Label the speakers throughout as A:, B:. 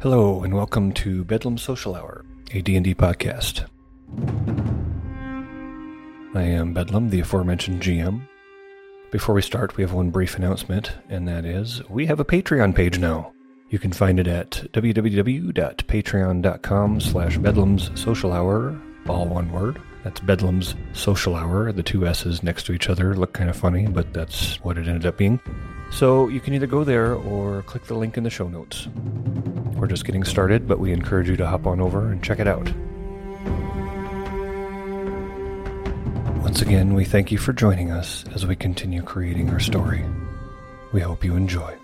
A: Hello and welcome to Bedlam Social Hour, a D&D podcast. I am Bedlam, the aforementioned GM. Before we start, we have one brief announcement, and that is we have a Patreon page now. You can find it at www.patreon.com slash bedlams social hour, all one word. That's Bedlam's Social Hour. The two S's next to each other look kind of funny, but that's what it ended up being. So you can either go there or click the link in the show notes. We're just getting started, but we encourage you to hop on over and check it out. Once again, we thank you for joining us as we continue creating our story. We hope you enjoy.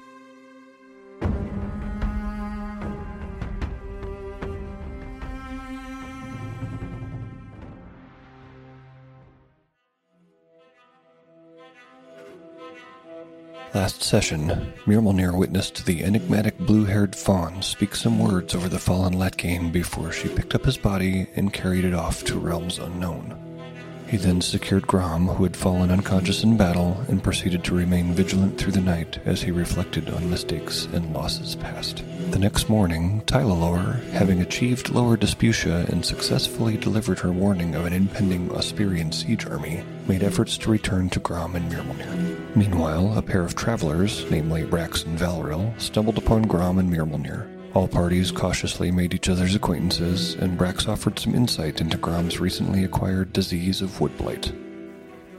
A: Last session, Mirmalnir witnessed the enigmatic blue haired fawn speak some words over the fallen Latgain before she picked up his body and carried it off to realms unknown. He then secured Grom, who had fallen unconscious in battle, and proceeded to remain vigilant through the night as he reflected on mistakes and losses past. The next morning, Tylalor, having achieved Lower Disputia and successfully delivered her warning of an impending Osperian siege army, made efforts to return to Grom and Mirmalnir. Meanwhile, a pair of travelers, namely Brax and Valril, stumbled upon Grom and Mirmalnir. All parties cautiously made each other's acquaintances, and Brax offered some insight into Grom's recently acquired disease of wood blight.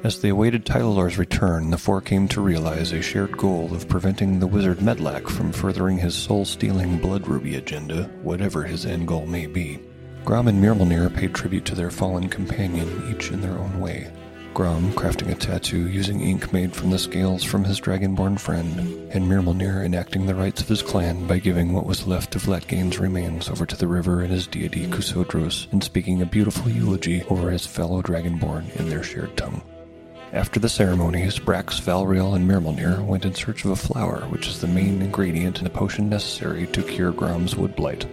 A: As they awaited Tylalor's return, the four came to realize a shared goal of preventing the wizard Medlac from furthering his soul stealing blood ruby agenda, whatever his end goal may be. Grom and Mirmalnir paid tribute to their fallen companion, each in their own way. Grom crafting a tattoo using ink made from the scales from his dragonborn friend, and Mirmalnir enacting the rites of his clan by giving what was left of Latgain's remains over to the river and his deity Kusodros, and speaking a beautiful eulogy over his fellow dragonborn in their shared tongue. After the ceremonies, Brax, Valriel, and Mirmalnir went in search of a flower, which is the main ingredient in the potion necessary to cure Grom's wood blight.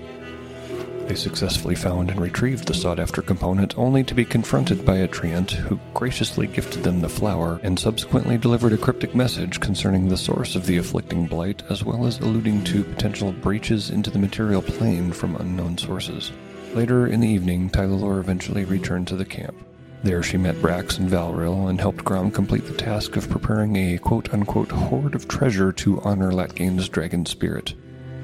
A: They successfully found and retrieved the sought after component, only to be confronted by a treant who graciously gifted them the flower and subsequently delivered a cryptic message concerning the source of the afflicting blight, as well as alluding to potential breaches into the material plane from unknown sources. Later in the evening, Tylalor eventually returned to the camp. There she met Brax and Valril and helped Grom complete the task of preparing a quote unquote hoard of treasure to honor Latgain's dragon spirit.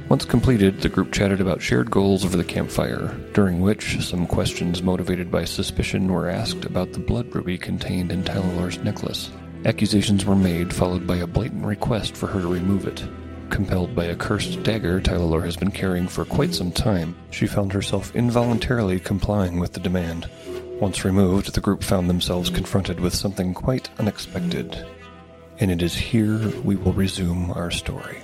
A: Once completed, the group chatted about shared goals over the campfire, during which some questions motivated by suspicion were asked about the blood ruby contained in Tylalor's necklace. Accusations were made, followed by a blatant request for her to remove it. Compelled by a cursed dagger Tylalor has been carrying for quite some time, she found herself involuntarily complying with the demand. Once removed, the group found themselves confronted with something quite unexpected. And it is here we will resume our story.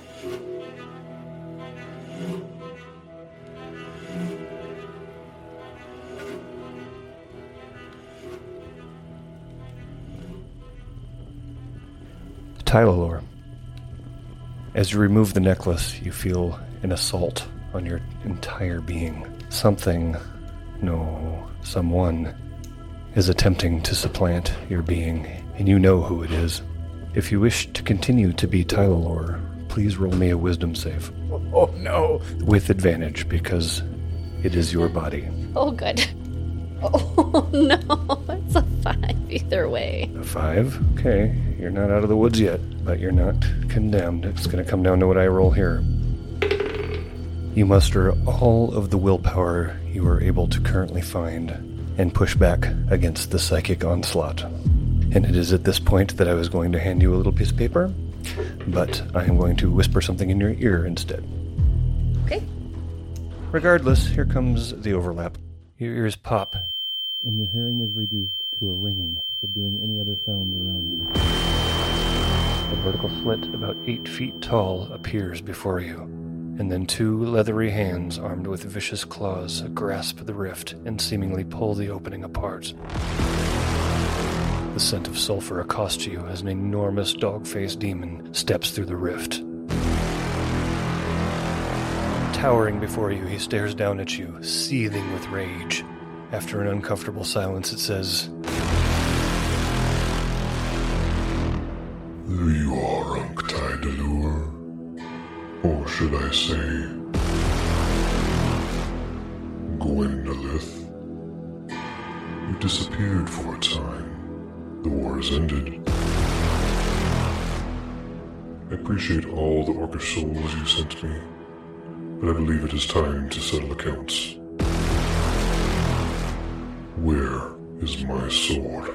A: Tylalor. As you remove the necklace, you feel an assault on your entire being. Something, no, someone, is attempting to supplant your being, and you know who it is. If you wish to continue to be Tylalor, please roll me a wisdom save
B: Oh no.
A: with advantage because it is your body.
C: Oh, good. Oh, no. It's a five either way.
A: A five? Okay, you're not out of the woods yet, but you're not condemned. It's going to come down to what I roll here. You muster all of the willpower you are able to currently find and push back against the psychic onslaught. And it is at this point that I was going to hand you a little piece of paper, but I am going to whisper something in your ear instead.
C: Okay.
A: Regardless, here comes the overlap. Your ears pop, and your hearing is reduced to a ringing, subduing any other sounds around you. A vertical slit about eight feet tall appears before you, and then two leathery hands armed with vicious claws grasp the rift and seemingly pull the opening apart. The scent of sulfur accosts you as an enormous dog faced demon steps through the rift. Towering before you, he stares down at you, seething with rage. After an uncomfortable silence, it says,
D: There you are, Unctide Allure. Or should I say,
B: Wendolith. You disappeared for a time. The war has ended. I appreciate all the orcish souls you sent me, but I believe it is time to settle accounts. Where is my sword?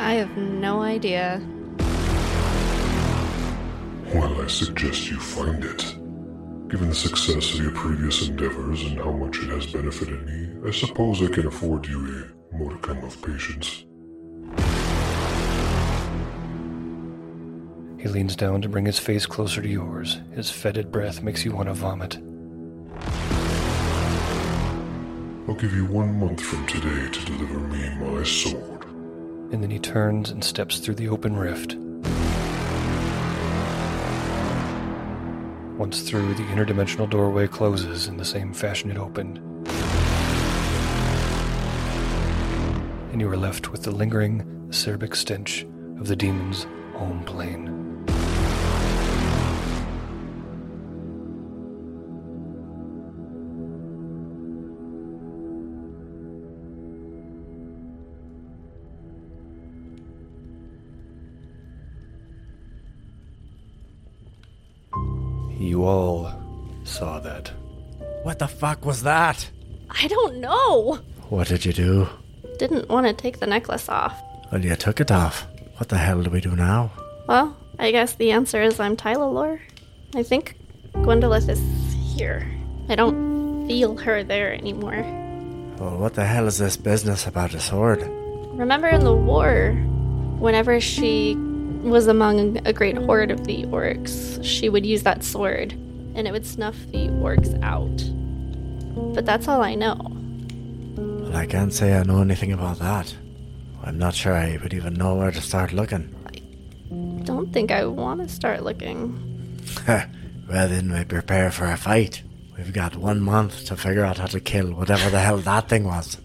C: I have no idea.
B: Well, I suggest you find it. Given the success of your previous endeavors and how much it has benefited me, I suppose I can afford you a modicum of patience.
A: He leans down to bring his face closer to yours. His fetid breath makes you want to vomit.
B: I'll give you one month from today to deliver me my sword.
A: And then he turns and steps through the open rift. Once through, the interdimensional doorway closes in the same fashion it opened. And you are left with the lingering, acerbic stench of the demon's home plane. You all saw that.
D: What the fuck was that?
C: I don't know.
D: What did you do?
C: Didn't want to take the necklace off.
D: Well, you took it off. What the hell do we do now?
C: Well, I guess the answer is I'm Tylalore. I think Gwendolyn is here. I don't feel her there anymore.
D: Well, what the hell is this business about a sword?
C: Remember in the war, whenever she was among a great horde of the orcs, she would use that sword and it would snuff the orcs out. But that's all I know.
D: Well, I can't say I know anything about that. I'm not sure I would even know where to start looking.
C: Don't think I want to start looking.
D: Heh, well, then we prepare for a fight. We've got one month to figure out how to kill whatever the hell that thing was.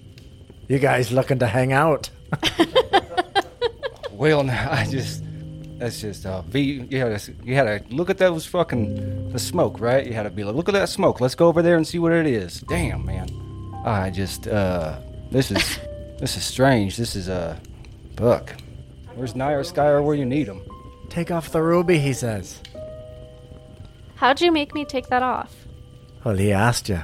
D: You guys looking to hang out?
E: Well, now, I just that's just uh, V. You had to you had to look at those fucking the smoke, right? You had to be like, look at that smoke. Let's go over there and see what it is. Damn, man. I just uh, this is this is strange. This is a uh, fuck. Where's Nyer Sky or where you need him?
D: Take off the ruby, he says.
C: How'd you make me take that off?
D: Well, he asked you.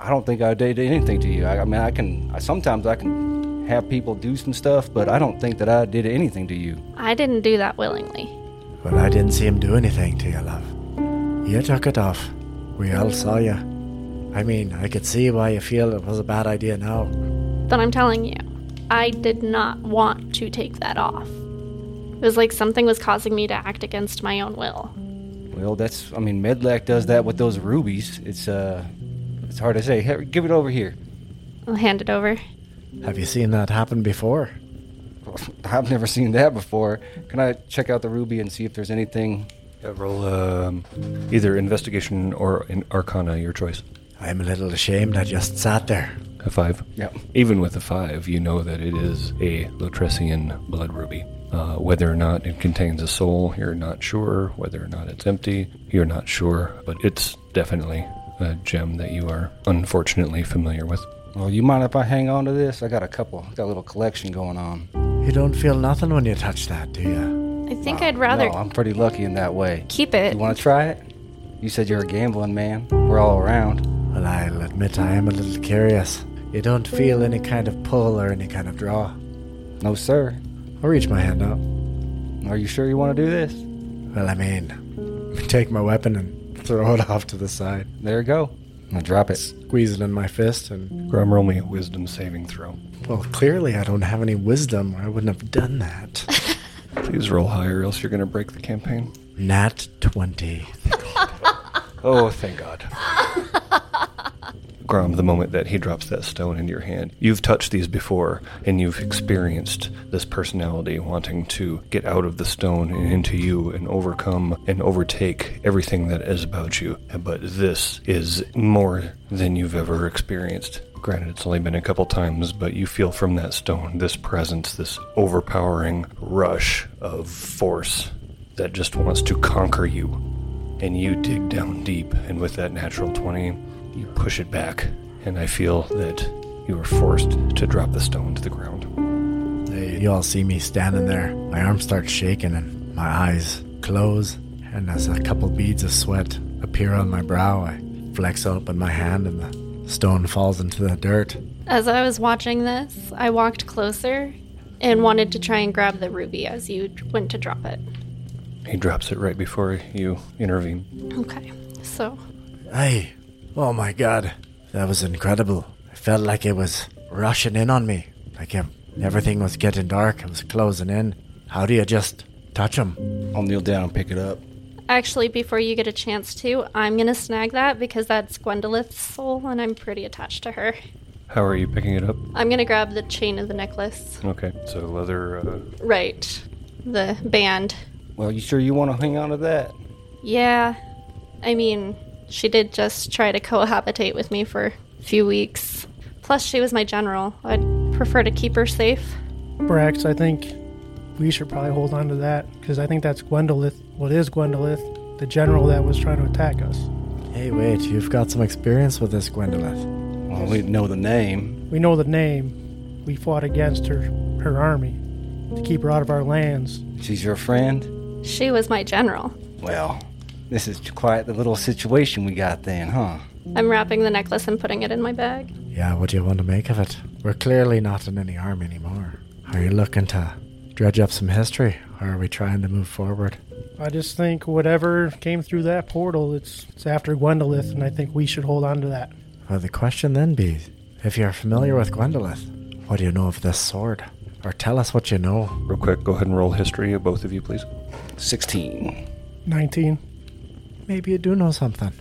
E: I don't think I did anything to you. I, I mean, I can I, sometimes I can have people do some stuff, but I don't think that I did anything to you.
C: I didn't do that willingly.
D: Well, I didn't see him do anything to you, love. You took it off. We all saw you. I mean, I could see why you feel it was a bad idea now.
C: But I'm telling you, I did not want to take that off. It was like something was causing me to act against my own will.
E: Well, that's I mean, Medlac does that with those rubies. It's uh, it's hard to say. Here, give it over here.
C: I'll hand it over.
D: Have you seen that happen before?
E: I've never seen that before. Can I check out the ruby and see if there's anything?
A: Yeah, roll um, either investigation or in arcana, your choice.
D: I'm a little ashamed I just sat there.
A: A five.
E: Yep.
A: Even with a five, you know that it is a Lotressian blood ruby. Uh, whether or not it contains a soul, you're not sure. Whether or not it's empty, you're not sure. But it's definitely a gem that you are unfortunately familiar with.
E: Well, you mind if I hang on to this? I got a couple. Got a little collection going on.
D: You don't feel nothing when you touch that, do you?
C: I think I'd rather
E: No, I'm pretty lucky in that way.
C: keep it.
E: You want to try it? You said you're a gambling man. We're all around.
D: Well, I'll admit I am a little curious. You don't feel any kind of pull or any kind of draw.
E: No, sir.
D: I'll reach my hand out.
E: Are you sure you want to do this?
D: Well, I mean, take my weapon and throw it off to the side,
E: There you go. I'm gonna drop it.
D: squeeze it in my fist, and
A: Grum, roll me a wisdom saving throw.
D: well, clearly I don't have any wisdom, or I wouldn't have done that.
A: Please roll higher, else you're going to break the campaign.
D: Nat 20.
A: Oh, thank God. Grom, the moment that he drops that stone into your hand, you've touched these before and you've experienced this personality wanting to get out of the stone and into you and overcome and overtake everything that is about you. But this is more than you've ever experienced. Granted, it's only been a couple times, but you feel from that stone this presence, this overpowering rush of force that just wants to conquer you and you dig down deep, and with that natural 20, you push it back, and I feel that you are forced to drop the stone to the ground.
D: Hey, you all see me standing there. My arm starts shaking and my eyes close, and as a couple beads of sweat appear on my brow, I flex open my hand and the stone falls into the dirt.
C: As I was watching this, I walked closer and wanted to try and grab the ruby as you went to drop it.
A: He drops it right before you intervene.
C: Okay, so
D: Hey, oh my god, that was incredible. I felt like it was rushing in on me, like ev- everything was getting dark, it was closing in. How do you just touch them?
E: I'll kneel down and pick it up.
C: actually, before you get a chance to, I'm gonna snag that because that's Gwendolyn's soul and I'm pretty attached to her.
A: How are you picking it up?
C: I'm gonna grab the chain of the necklace.
A: Okay, so leather. Uh,
C: Right, the band.
E: Well, you sure you want to hang on to that?
C: Yeah, I mean, she did just try to cohabitate with me for a few weeks. Plus, she was my general. I'd prefer to keep her safe.
F: Brax, I think we should probably hold on to that because I think that's Gwendolith. What is Gwendolith? The general that was trying to attack us.
D: Hey, wait, you've got some experience with this, Gwendolyn.
E: Well, we know the name.
F: We know the name. We fought against her, her army, to keep her out of our lands.
E: She's your friend?
C: She was my general.
E: Well, this is quite the little situation we got then, huh?
C: I'm wrapping the necklace and putting it in my bag.
D: Yeah, what do you want to make of it? We're clearly not in any harm anymore. Are you looking to dredge up some history, or are we trying to move forward?
F: I just think whatever came through that portal, it's it's after Gwendolith, and I think we should hold on to that.
D: Well, the question then be if you're familiar with Gwendolyn, what do you know of this sword? Or tell us what you know.
A: real quick, go ahead and roll history of both of you, please.
E: 16.
F: Nineteen.
D: Maybe you do know something.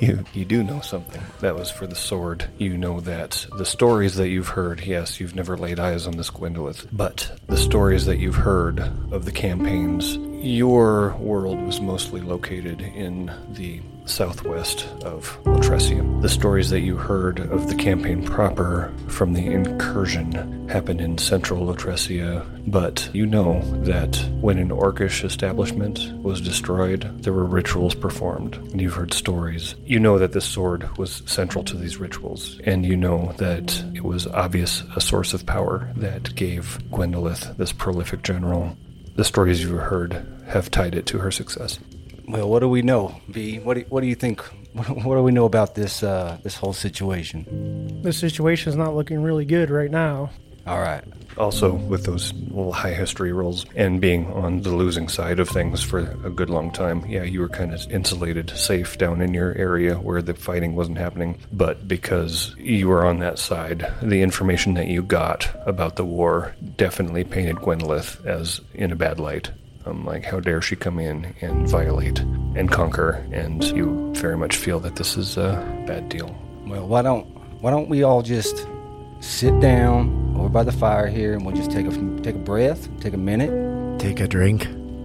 A: You you do know something. That was for the sword. You know that the stories that you've heard. Yes, you've never laid eyes on this Gwendolith, but the stories that you've heard of the campaigns. Your world was mostly located in the southwest of Latresium. The stories that you heard of the campaign proper from the incursion happened in central Lotresia, but you know that when an orcish establishment was destroyed, there were rituals performed, and you've heard stories. You know that this sword was central to these rituals, and you know that it was obvious a source of power that gave Gwendolith, this prolific general, the stories you've heard have tied it to her success.
E: Well, what do we know, V? What do, what do you think? What, what do we know about this uh, this whole situation?
F: The situation's not looking really good right now.
E: All right.
A: Also, with those little high history rolls and being on the losing side of things for a good long time, yeah, you were kind of insulated, safe down in your area where the fighting wasn't happening. But because you were on that side, the information that you got about the war definitely painted Gwendolith as in a bad light. Um, like, how dare she come in and violate and conquer? And you very much feel that this is a bad deal.
E: Well, why don't why don't we all just sit down over by the fire here and we'll just take a take a breath, take a minute.
D: Take a drink.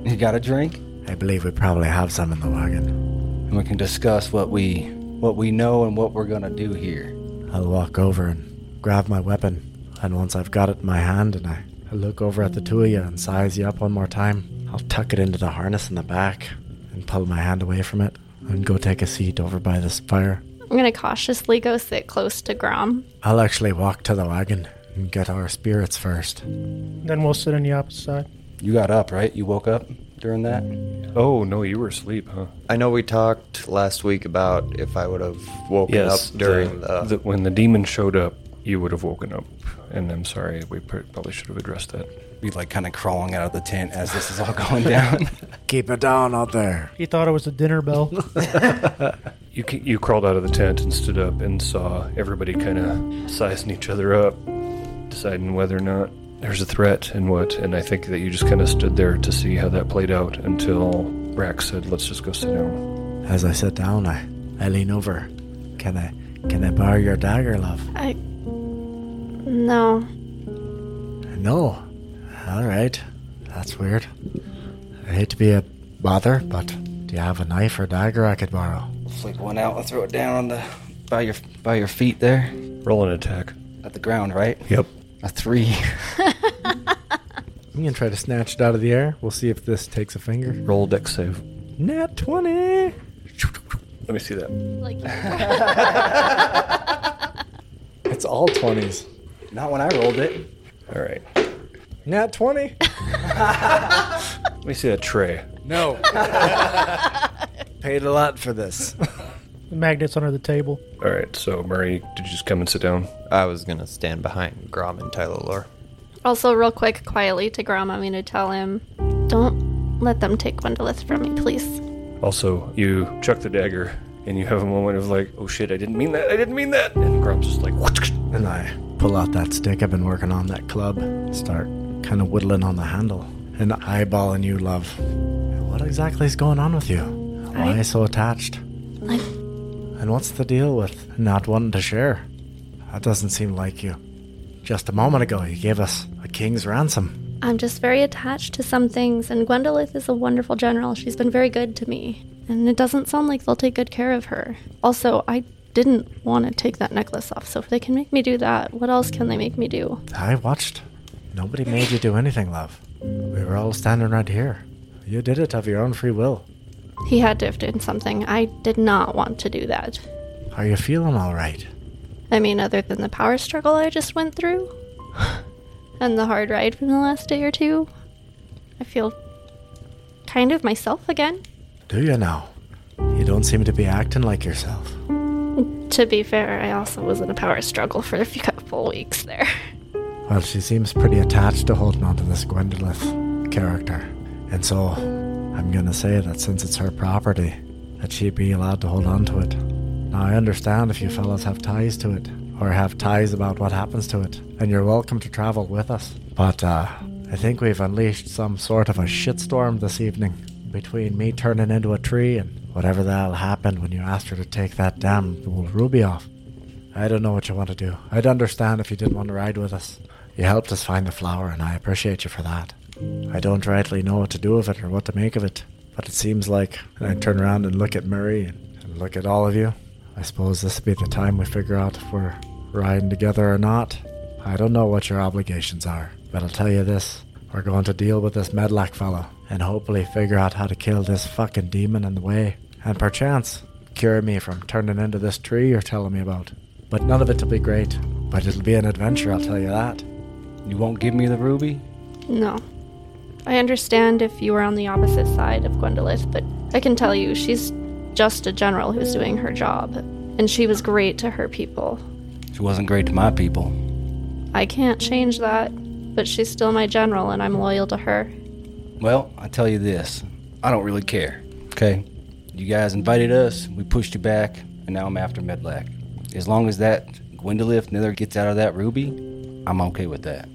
E: You got a drink,
D: I believe we probably have some in the wagon.
E: and we can discuss what we what we know and what we're gonna do here.
D: I'll walk over and grab my weapon. And once I've got it in my hand and I, I look over at the two of you and size you up one more time, I'll tuck it into the harness in the back and pull my hand away from it and go take a seat over by this fire.
C: I'm gonna cautiously go sit close to Grom.
D: I'll actually walk to the wagon and get our spirits first.
F: Then we'll sit on the opposite side.
E: You got up, right? You woke up during that.
A: Oh, no, you were asleep, huh?
G: I know we talked last week about if I would have woken up during the,
A: the- when the demon showed up, you would have woken up, and I'm sorry, we pr- probably should have addressed that.
E: Be like kind of crawling out of the tent as this is all going down.
D: Keep it down out there.
F: He thought it was a dinner bell.
A: You ca- you crawled out of the tent and stood up and saw everybody kind of sizing each other up, deciding whether or not there's a threat and what. And I think that you just kind of stood there to see how that played out until Brax said, "Let's just go sit down."
D: As I sit down, I, I lean over. Can I can I borrow your dagger, love?
C: I. No.
D: No. All right. That's weird. I hate to be a bother, but do you have a knife or dagger I could borrow?
E: Flick one out and throw it down on the by your by your feet there
A: Roll an attack.
E: at the ground, right?
A: Yep.
E: A three.
D: I'm gonna try to snatch it out of the air. We'll see if this takes a finger.
A: Roll deck save.
D: Nat twenty.
A: Let me see that.
C: Like,
D: It's all 20s.
E: Not when I rolled it.
A: All right.
D: Nat 20?
A: Let me see that tray.
D: No. Paid a lot for this.
F: The magnets under the table.
A: All right. So Murray, did you just come and sit down?
G: I was gonna stand behind Grom and Tylor.
C: also, real quick, quietly to Grom, I'm going to tell him, don't let them take Gwendolith from me, please.
A: Also, you chuck the dagger, and you have a moment of like, "Oh shit! I didn't mean that! I didn't mean that!" And Grom's just like,
D: And I pull out that stick I've been working on, that club. Start kind of whittling on the handle and eyeballing you, love. What exactly is going on with you? Why so attached?
C: Like,
D: And what's the deal with not wanting to share? That doesn't seem like you. Just a moment ago, you gave us a king's ransom.
C: I'm just very attached to some things, and Gwendolith is a wonderful general. She's been very good to me, and it doesn't sound like they'll take good care of her. Also, I didn't want to take that necklace off, so if they can make me do that, what else can they make me do?
D: I watched. Nobody made you do anything, love. We were all standing right here. You did it of your own free will.
C: He had to have done something. I did not want to do that.
D: Are you feeling all right?
C: I mean, other than the power struggle I just went through and the hard ride from the last day or two, I feel kind of myself again.
D: Do you now? You don't seem to be acting like yourself.
C: To be fair, I also was in a power struggle for a few couple weeks there.
D: Well, she seems pretty attached to holding on to this Gwendolith character. And so, I'm gonna say that since it's her property, that she be allowed to hold on to it. Now, I understand if you fellas have ties to it, or have ties about what happens to it, and you're welcome to travel with us. But, uh, I think we've unleashed some sort of a shitstorm this evening. Between me turning into a tree and whatever the hell happened when you asked her to take that damn ruby off. I don't know what you want to do. I'd understand if you didn't want to ride with us. You helped us find the flower, and I appreciate you for that. I don't rightly know what to do with it or what to make of it, but it seems like. And I turn around and look at Murray and, and look at all of you. I suppose this would be the time we figure out if we're riding together or not. I don't know what your obligations are, but I'll tell you this. We're going to deal with this Medlock fellow and hopefully figure out how to kill this fucking demon in the way. And perchance, cure me from turning into this tree you're telling me about. But none of it'll be great. But it'll be an adventure, I'll tell you that.
E: You won't give me the ruby?
C: No. I understand if you were on the opposite side of Gwendolyn, but I can tell you she's just a general who's doing her job, and she was great to her people.
E: She wasn't great to my people.
C: I can't change that, but she's still my general, and I'm loyal to her.
E: Well, I tell you this I don't really care. Okay? You guys invited us, we pushed you back, and now I'm after Medlac. As long as that Gwendolith Nether gets out of that ruby, I'm okay with that.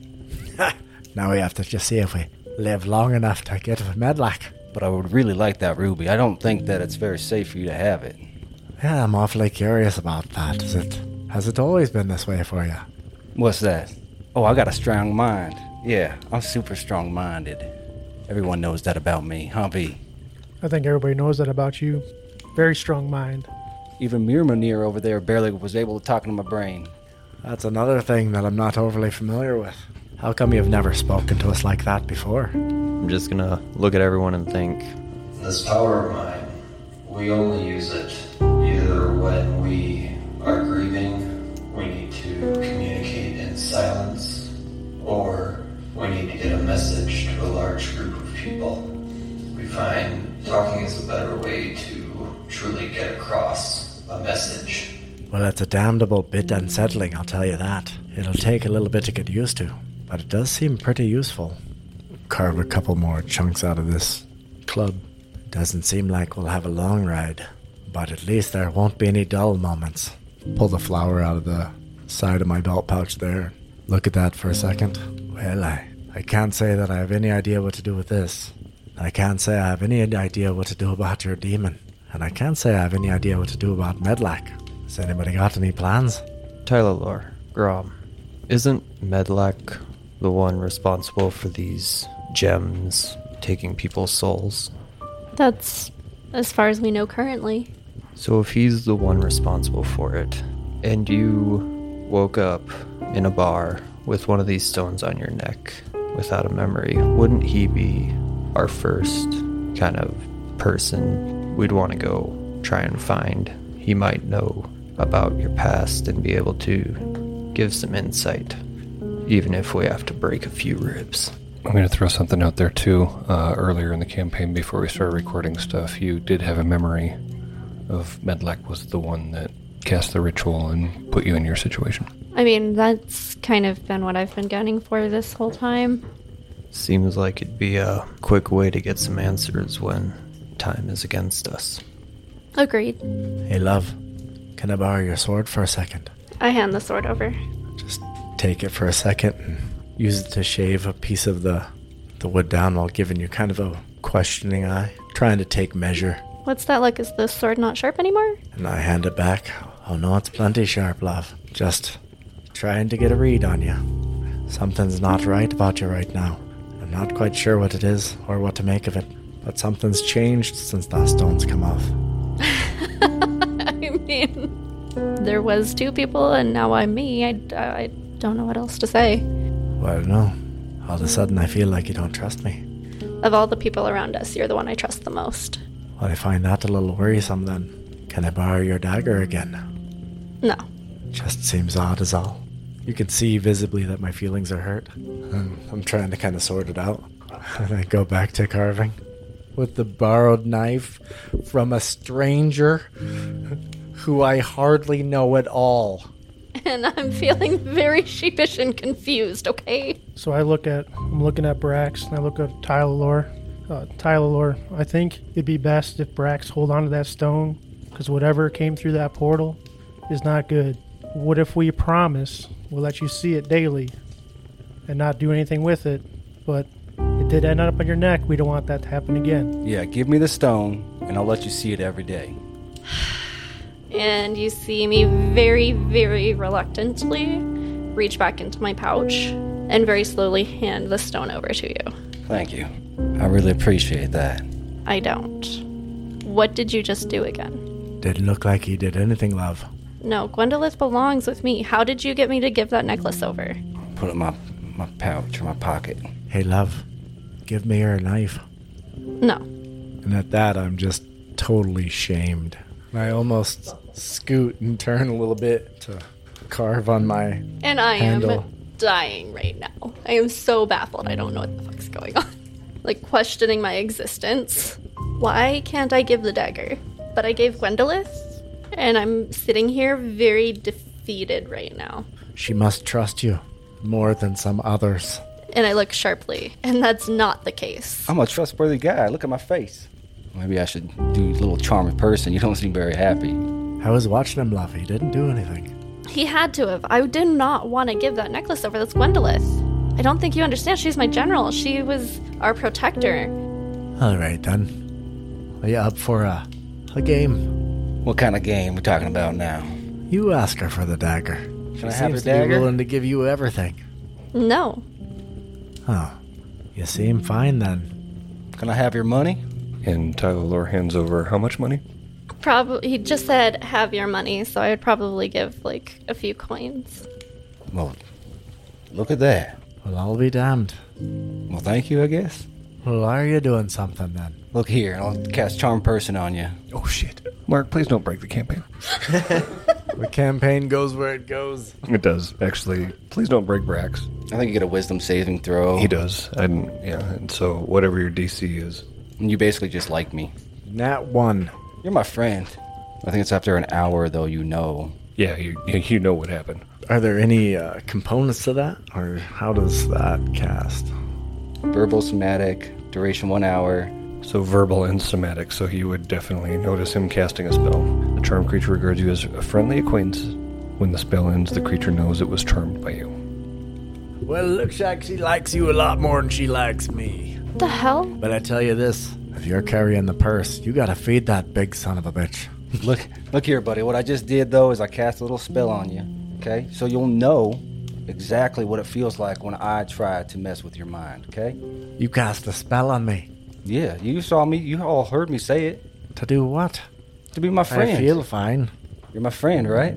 D: Now we have to just see if we live long enough to get with Medlock.
E: But I would really like that ruby. I don't think that it's very safe for you to have it.
D: Yeah, I'm awfully curious about that. Is it? Has it always been this way for you?
E: What's that? Oh, I got a strong mind. Yeah, I'm super strong minded. Everyone knows that about me, huh, V?
F: I think everybody knows that about you. Very strong mind.
E: Even Mirmanir over there barely was able to talk into my brain.
D: That's another thing that I'm not overly familiar with. How come you've never spoken to us like that before?
G: I'm just gonna look at everyone and think.
H: This power of mine, we only use it either when we are grieving, we need to communicate in silence, or we need to get a message to a large group of people. We find talking is a better way to truly get across a message.
D: Well, it's a damnable bit unsettling, I'll tell you that. It'll take a little bit to get used to, but it does seem pretty useful. Carve a couple more chunks out of this club. Doesn't seem like we'll have a long ride, but at least there won't be any dull moments. Pull the flower out of the side of my belt pouch there. Look at that for a second. Well, I, I can't say that I have any idea what to do with this. I can't say I have any idea what to do about your demon. And I can't say I have any idea what to do about Medlac. Has anybody got any plans?
G: Tylor, Grom, isn't Medlac the one responsible for these gems taking people's souls?
C: That's as far as we know currently.
G: So if he's the one responsible for it, and you woke up in a bar with one of these stones on your neck without a memory, wouldn't he be our first kind of person we'd want to go try and find. He might know about your past and be able to give some insight, even if we have to break a few ribs.
A: I'm going to throw something out there too. Uh, earlier in the campaign, before we started recording stuff, you did have a memory of Medlac was the one that cast the ritual and put you in your situation.
C: I mean, that's kind of been what I've been gunning for this whole time.
G: Seems like it'd be a quick way to get some answers when time is against us.
C: Agreed.
D: Hey, love, can I borrow your sword for a second?
C: I hand the sword over.
D: Just take it for a second and use it to shave a piece of the the wood down while giving you kind of a questioning eye, trying to take measure.
C: What's that like? Is the sword not sharp anymore?
D: And I hand it back. Oh no, it's plenty sharp, love. Just trying to get a read on you. Something's not right about you right now. I'm not quite sure what it is or what to make of it, but something's changed since that stone's come off.
C: I mean, there was two people and now I'm me. I, I don't know what else to say.
D: Well, no. All of a sudden, I feel like you don't trust me.
C: Of all the people around us, you're the one I trust the most.
D: Well, I find that a little worrisome then. Can I borrow your dagger again?
C: No.
D: Just seems odd as all. You can see visibly that my feelings are hurt. Um, I'm trying to kind of sort it out. And I go back to carving. With the borrowed knife from a stranger who I hardly know at all.
C: And I'm feeling very sheepish and confused, okay?
F: So I look at, I'm looking at Brax, and I look at Tylalore. Uh, Tylalore, I think it'd be best if Brax hold on to that stone, because whatever came through that portal is not good. What if we promise we'll let you see it daily and not do anything with it, but it did end up on your neck. We don't want that to happen again.
E: Yeah, give me the stone, and I'll let you see it every day.
C: And you see me very, very reluctantly reach back into my pouch and very slowly hand the stone over to you.
E: Thank you. I really appreciate that.
C: I don't. What did you just do again?
D: Didn't look like he did anything, love.
C: No, Gwendolith belongs with me. How did you get me to give that necklace over?
E: Put it in my my pouch or my pocket.
D: Hey, love, give me your knife.
C: No.
D: And at that, I'm just totally shamed. And I almost scoot and turn a little bit to carve on my.
C: And I
D: Handle.
C: am dying right now. I am so baffled. I don't know what the fuck's going on. Like, questioning my existence. Why can't I give the dagger? But I gave Gwendolith, and I'm sitting here very defeated right now.
D: She must trust you more than some others.
C: And I look sharply, and that's not the case.
E: I'm a trustworthy guy. Look at my face. Maybe I should do a little charming person. You don't seem very happy.
D: I was watching him, love. He didn't do anything.
C: He had to have. I did not want to give that necklace over. That's Gwendolith. I don't think you understand. She's my general. She was our protector.
D: All right, then. Are you up for a, a game?
E: What kind of game we talking about now?
D: You ask her for the dagger. She
E: I
D: seems
E: have her
D: to
E: dagger?
D: be willing to give you everything.
C: No.
D: Huh. You seem fine then.
E: Can I have your money?
A: And Tylalore hands over how much money?
C: Probably he just said have your money, so I would probably give like a few coins.
E: Well, look at that.
D: Well, I'll be damned.
E: Well, thank you, I guess.
D: Well, are you doing something then?
E: Look here, I'll cast charm person on you.
A: Oh shit. Mark, please don't break the campaign.
D: The campaign goes where it goes.
A: It does, actually. Please don't break Brax.
E: I think you get a wisdom saving throw.
A: He does. And yeah, and so whatever your DC is.
E: And you basically just like me.
D: Nat one.
E: You're my friend. I think it's after an hour, though, you know.
A: Yeah, you you know what happened.
D: Are there any uh, components to that, or how does that cast?
E: Verbal somatic, duration one hour.
A: So verbal and somatic, so he would definitely notice him casting a spell. The charmed creature regards you as a friendly acquaintance. When the spell ends, the creature knows it was charmed by you.
D: Well, it looks like she likes you a lot more than she likes me.
C: What the hell?
D: But I tell you this: if you're carrying the purse, you gotta feed that big son of a bitch.
E: Look, look here, buddy. What I just did though is I cast a little spell on you. Okay, so you'll know exactly what it feels like when I try to mess with your mind. Okay?
D: You cast a spell on me
E: Yeah, you saw me. You all heard me say it.
D: to do what?
E: To be my friend.
D: I feel fine.
E: You're my friend, right?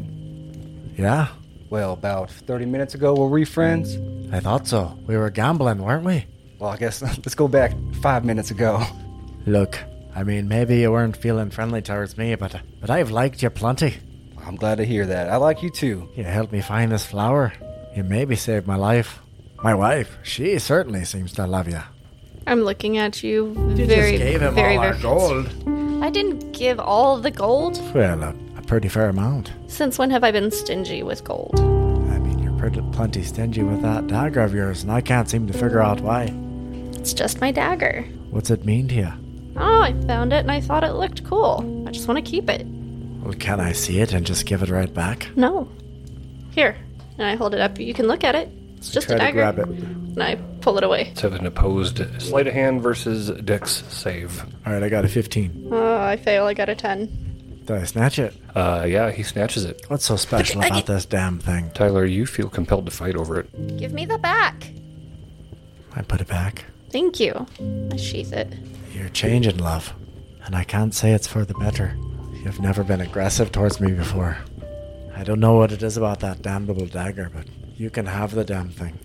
D: Yeah,
E: Well, about 30 minutes ago, were we friends?
D: I thought so. We were gambling, weren't we?
E: Well, I guess let's go back five minutes ago.
D: Look, I mean, maybe you weren't feeling friendly towards me, but but I've liked you plenty.
E: I'm glad to hear that. I like you too.
D: You helped me find this flower. You maybe saved my life. My wife, she certainly seems to love you.
C: I'm looking at you
D: You
C: very,
D: just gave him
C: very,
D: all our
C: very-
D: gold.
C: I didn't give all the gold.
D: Well, a, a pretty fair amount.
C: Since when have I been stingy with gold?
D: I mean, you're pretty, plenty stingy with that dagger of yours, and I can't seem to figure out why.
C: It's just my dagger.
D: What's it mean to you?
C: Oh, I found it and I thought it looked cool. I just want to keep it.
D: Well, can I see it and just give it right back?
C: No. Here. And I hold it up. You can look at it. It's just
D: Try
C: a
D: to
C: dagger.
D: grab it.
C: And I pull it away.
A: Let's have an opposed sleight of hand versus dex save.
D: All right, I got a 15.
C: Oh, I fail. I got a 10.
D: Did I snatch it?
A: Uh, yeah, he snatches it.
D: What's so special about this damn thing?
A: Tyler, you feel compelled to fight over it.
C: Give me the back.
D: I put it back.
C: Thank you. I sheath it.
D: You're changing, love. And I can't say it's for the better. You've never been aggressive towards me before. I don't know what it is about that damnable dagger, but you can have the damn thing.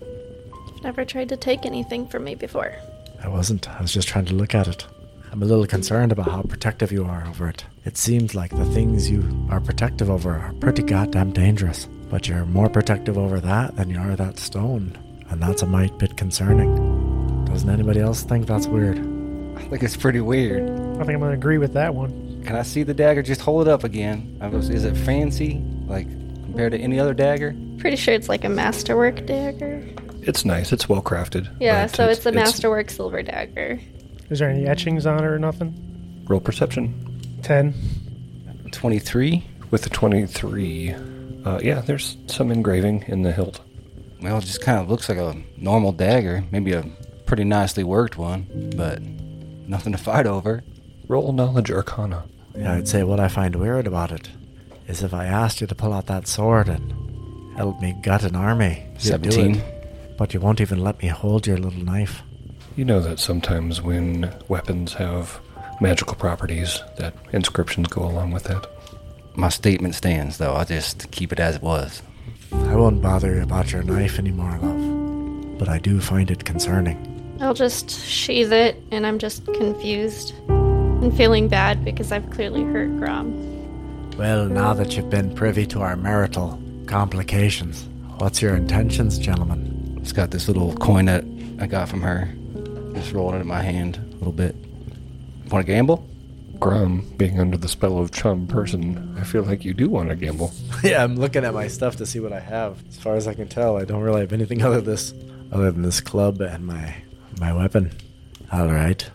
C: Never tried to take anything from me before.
D: I wasn't. I was just trying to look at it. I'm a little concerned about how protective you are over it. It seems like the things you are protective over are pretty goddamn dangerous. But you're more protective over that than you are that stone. And that's a mite bit concerning. Doesn't anybody else think that's weird?
E: I think it's pretty weird.
F: I think I'm gonna agree with that one.
E: Can I see the dagger? Just hold it up again. I was, is it fancy? Like compared to any other dagger?
C: Pretty sure it's like a masterwork dagger.
A: It's nice. It's well crafted.
C: Yeah,
A: but
C: so it's, a masterwork silver dagger.
F: Is there any etchings on it or nothing?
A: Roll perception
F: Ten.
E: 23?
A: with the twenty-three. Uh, yeah, there's some engraving in the hilt.
E: Well, it just kind of looks like a normal dagger. Maybe a pretty nicely worked one, but nothing to fight over.
A: Roll knowledge arcana.
D: Yeah, I'd say what I find weird about it is if I asked you to pull out that sword and help me gut an army, you'd do
E: 17.
D: it. But you won't even let me hold your little knife.
A: You know that sometimes when weapons have magical properties, that inscriptions go along with that.
E: My statement stands, though. I'll just keep it as it was.
D: I won't bother you about your knife anymore, love. But I do find it concerning.
C: I'll just sheath it, and I'm just confused and feeling bad because I've clearly hurt Grom.
D: Well, now that you've been privy to our marital complications, what's your intentions, gentlemen?
E: It's got this little coin that I got from her. Just rolling it in my hand a little bit. Want to gamble?
A: Grum, being under the spell of chum person, I feel like you do want to gamble.
D: yeah, I'm looking at my stuff to see what I have. As far as I can tell, I don't really have anything other this other than this club and my my weapon. All right.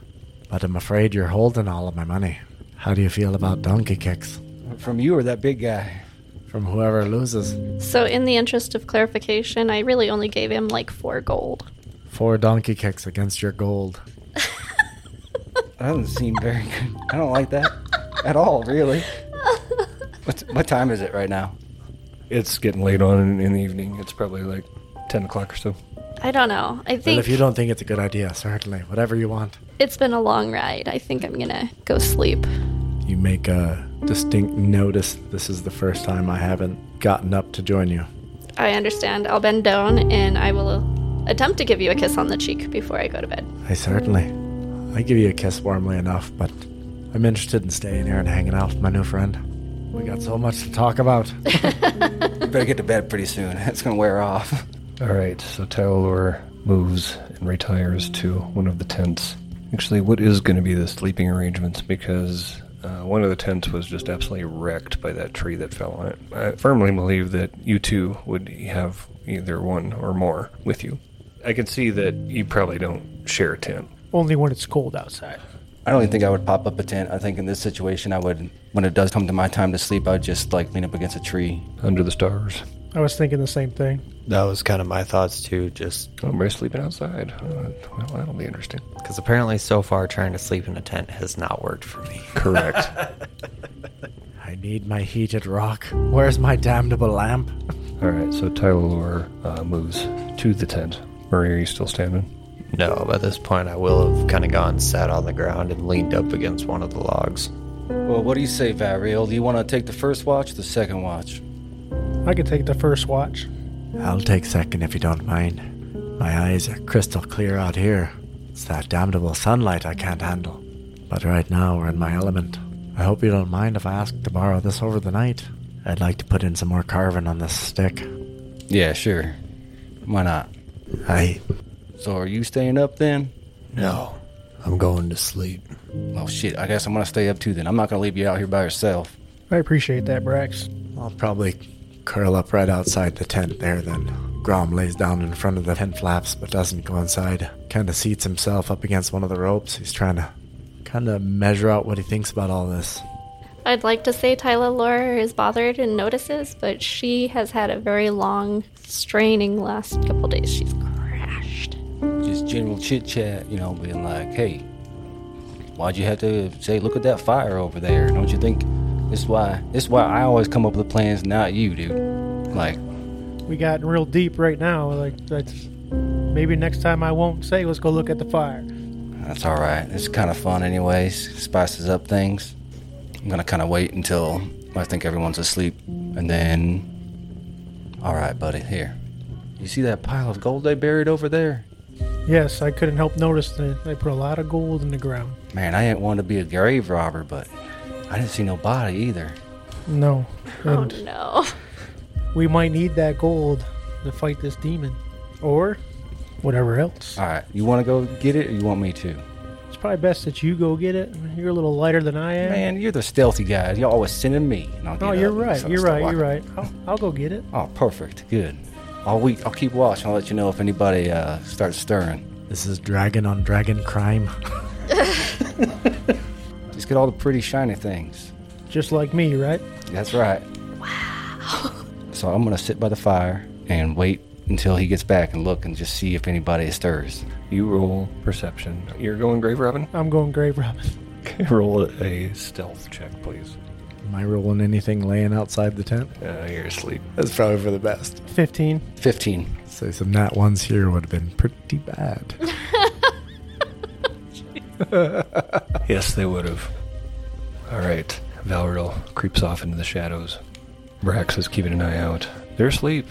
D: But I'm afraid you're holding all of my money. How do you feel about donkey kicks?
E: From you or that big guy?
D: From whoever loses.
C: So, in the interest of clarification, I really only gave him like four gold.
D: Four donkey kicks against your gold.
E: That doesn't seem very good. I don't like that at all, really. What, what time is it right now?
A: It's getting late on in, in the evening. It's probably like 10 o'clock or so.
C: I don't know. I
D: Well,
C: think
D: if you don't think it's a good idea, certainly. Whatever you want.
C: it's been a long ride. I think I'm gonna go sleep.
D: You make a distinct notice this is the first time I haven't gotten up to join you.
C: I understand. I'll bend down and I will attempt to give you a kiss on the cheek before I go to bed.
D: I certainly. I give you a kiss warmly enough, but I'm interested in staying here and hanging out with my new friend. We got so much to talk about.
E: You better get to bed pretty soon. It's going to wear off.
A: All right, so Talor moves and retires to one of the tents. Actually, what is going to be the sleeping arrangements? Because uh, one of the tents was just absolutely wrecked by that tree that fell on it. I firmly believe that you two would have either one or more with you. I can see that you probably don't share a tent.
F: Only when it's cold outside.
E: I don't even think I would pop up a tent. I think in this situation, I would, when it does come to my time to sleep, I'd just like lean up against a tree.
A: Under the stars.
F: I was thinking the same thing.
G: That was kind of my thoughts too, just
A: Oh, we're sleeping outside. Uh, well, that'll be interesting.
G: because apparently so far trying to sleep in a tent has not worked for me.
A: Correct.
D: I need my heated rock. Where's my damnable lamp?
A: All right, so Tyler uh, moves to the tent. Murray, are you still standing?
G: No, by this point I will have kind of gone sat on the ground and leaned up against one of the logs.
E: Well, what do you say, Variel? Do you want to take the first watch, the second watch?
F: I could take the first watch.
D: I'll take second if you don't mind. My eyes are crystal clear out here. It's that damnable sunlight I can't handle. But right now, we're in my element. I hope you don't mind if I ask to borrow this over the night. I'd like to put in some more carving on this stick.
E: Yeah, sure. Why not?
D: I.
E: So are you staying up then?
G: No, I'm going to sleep.
E: Oh shit, I guess I'm gonna stay up too then. I'm not gonna leave you out here by yourself.
F: I appreciate that, Brax.
D: I'll probably curl up right outside the tent there then. Grom lays down in front of the tent flaps but doesn't go inside. Kind of seats himself up against one of the ropes. He's trying to kind of measure out what he thinks about all this.
C: I'd like to say Tyler Laura is bothered and notices, but she has had a very long, straining last couple days. She's crashed.
E: Just general chit chat, you know, being like, hey, why'd you have to say look at that fire over there? Don't you think this why this why I always come up with the plans, not you, dude. Like,
F: We got real deep right now. Like that's maybe next time I won't say let's go look at the fire.
E: that's alright. It's kinda fun anyways. Spices up things. I'm gonna kinda wait until I think everyone's asleep and then Alright, buddy, here. You see that pile of gold they buried over there?
F: Yes, I couldn't help notice that they put a lot of gold in the ground.
E: Man, I didn't want to be a grave robber, but I didn't see no body either.
F: No,
C: Oh
F: and
C: no.
F: we might need that gold to fight this demon, or whatever else.
E: All right, you want to go get it, or you want me to?
F: It's probably best that you go get it. You're a little lighter than I am.
E: Man, you're the stealthy guy. You're always sending me. And I'll get
F: oh,
E: up
F: you're
E: and
F: right.
E: so-
F: You're
E: still
F: right.
E: walking.
F: You're right. I'll, I'll go get it.
E: Oh, perfect. Good. All week, I'll keep watch. and I'll let you know if anybody uh, starts stirring.
D: This is dragon on dragon crime.
E: Just get all the pretty shiny things.
F: Just like me, right?
E: That's right. Wow. So I'm gonna sit by the fire and wait until he gets back and look and just see if anybody stirs.
A: You roll perception. You're going grave robin?
F: I'm going grave robbing.
A: Okay, roll a stealth check, please.
D: Am I rolling anything laying outside the tent?
A: Uh, you're asleep.
D: That's probably for the best.
F: 15.
E: Fifteen.
D: So some nat ones here would have been pretty bad.
A: Yes, they would have. All right. Valrill creeps off into the shadows. Brax is keeping an eye out. They're asleep.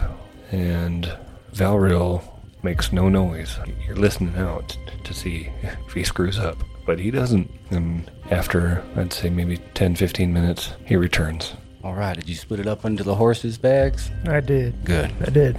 A: And Valrill makes no noise. You're listening out to see if he screws up. But he doesn't. And after, I'd say maybe 10, 15 minutes, he returns.
E: All right. Did you split it up into the horses' bags?
F: I did.
E: Good.
F: I did.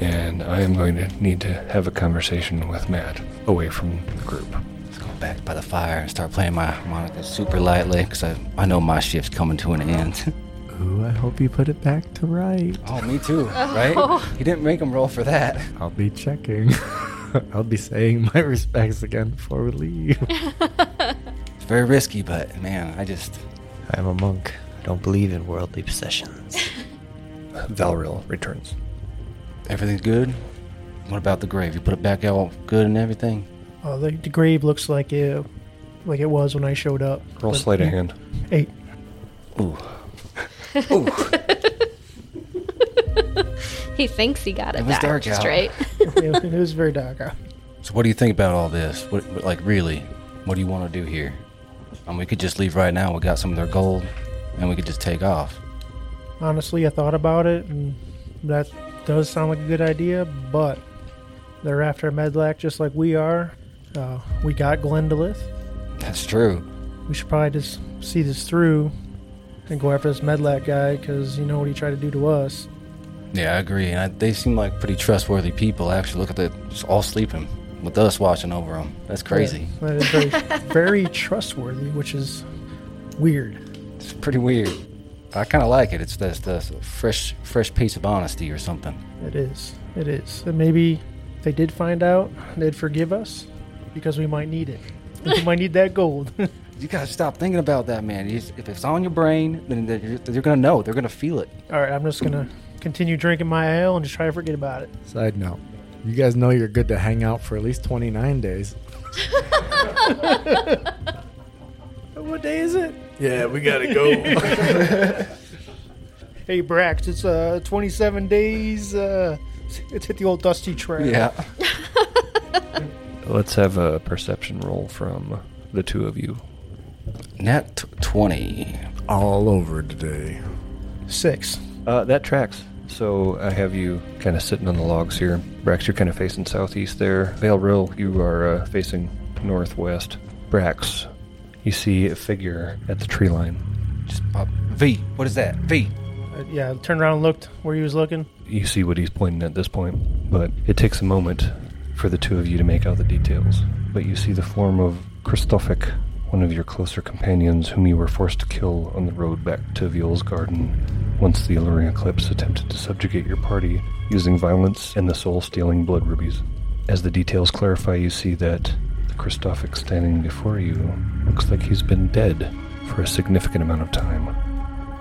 A: And I am going to need to have a conversation with Matt away from the group.
E: Let's go back by the fire and start playing my harmonica super lightly because I, I know my shift's coming to an end.
D: Ooh, I hope you put it back to right.
E: oh, me too, right? He didn't make him roll for that.
D: I'll be checking. I'll be saying my respects again before we leave.
E: It's very risky, but man, I just.
G: I'm a monk. I don't believe in worldly possessions.
A: Valrill returns.
E: Everything's good? What about the grave? You put it back out good and everything?
F: Oh, the, the grave looks like it, like it was when I showed up.
A: Roll
F: But-
A: sleight of hand.
F: Eight.
E: Ooh.
C: He thinks he got it,
E: It was
C: back
E: dark out.
C: straight.
F: it, it was very dark out.
E: So, what do you think about all this? What, what- like, really? What do you want to do here? Um, we could just leave right now. We got some of their gold and we could just take off.
F: Honestly, I thought about it, and that does sound like a good idea, but they're after Medlac just like we are. Uh, we got Glendolith.
E: That's true.
F: We should probably just see this through and go after this Medlac guy, because you know what he tried to do to us.
E: Yeah, I agree. And I, they seem like pretty trustworthy people. Actually, look at the just all sleeping with us watching over them. That's crazy.
F: That is very, very trustworthy, which is weird.
E: It's pretty weird. I kind of like it. It's this this fresh fresh piece of honesty or something.
F: It is. It is. And maybe if they did find out, they'd forgive us because we might need it. we might need that gold.
E: You gotta stop thinking about that, man. You, if it's on your brain, then they're, you're- they're gonna know. They're gonna feel it.
F: All right, I'm just gonna continue drinking my ale and just try to forget about it.
D: Side note. You guys know you're good to hang out for at least 29 days. what day is it? Yeah, we gotta go.
F: Hey Brax, it's uh 27 days. Uh, it's hit the old dusty trail.
A: Let's have a perception roll from the two of you.
E: Nat t- twenty.
D: All over today.
F: Six.
A: Uh, that tracks. So I have you kind of sitting on the logs here. Brax, you're kind of facing southeast there. Vale Rill, you are uh, facing northwest. Brax, You see a figure at the tree line.
E: Just pop. V. What is that? V.
F: Uh, yeah, turned around and looked where he was looking.
A: You see what he's pointing at this point, but it takes a moment for the two of you to make out the details. But you see the form of Kristofik, one of your closer companions whom you were forced to kill on the road back to Viol's garden once the Alluring Eclipse attempted to subjugate your party using violence and the soul stealing blood rubies. As the details clarify, you see that the Kristofik standing before you looks like he's been dead for a significant amount of time.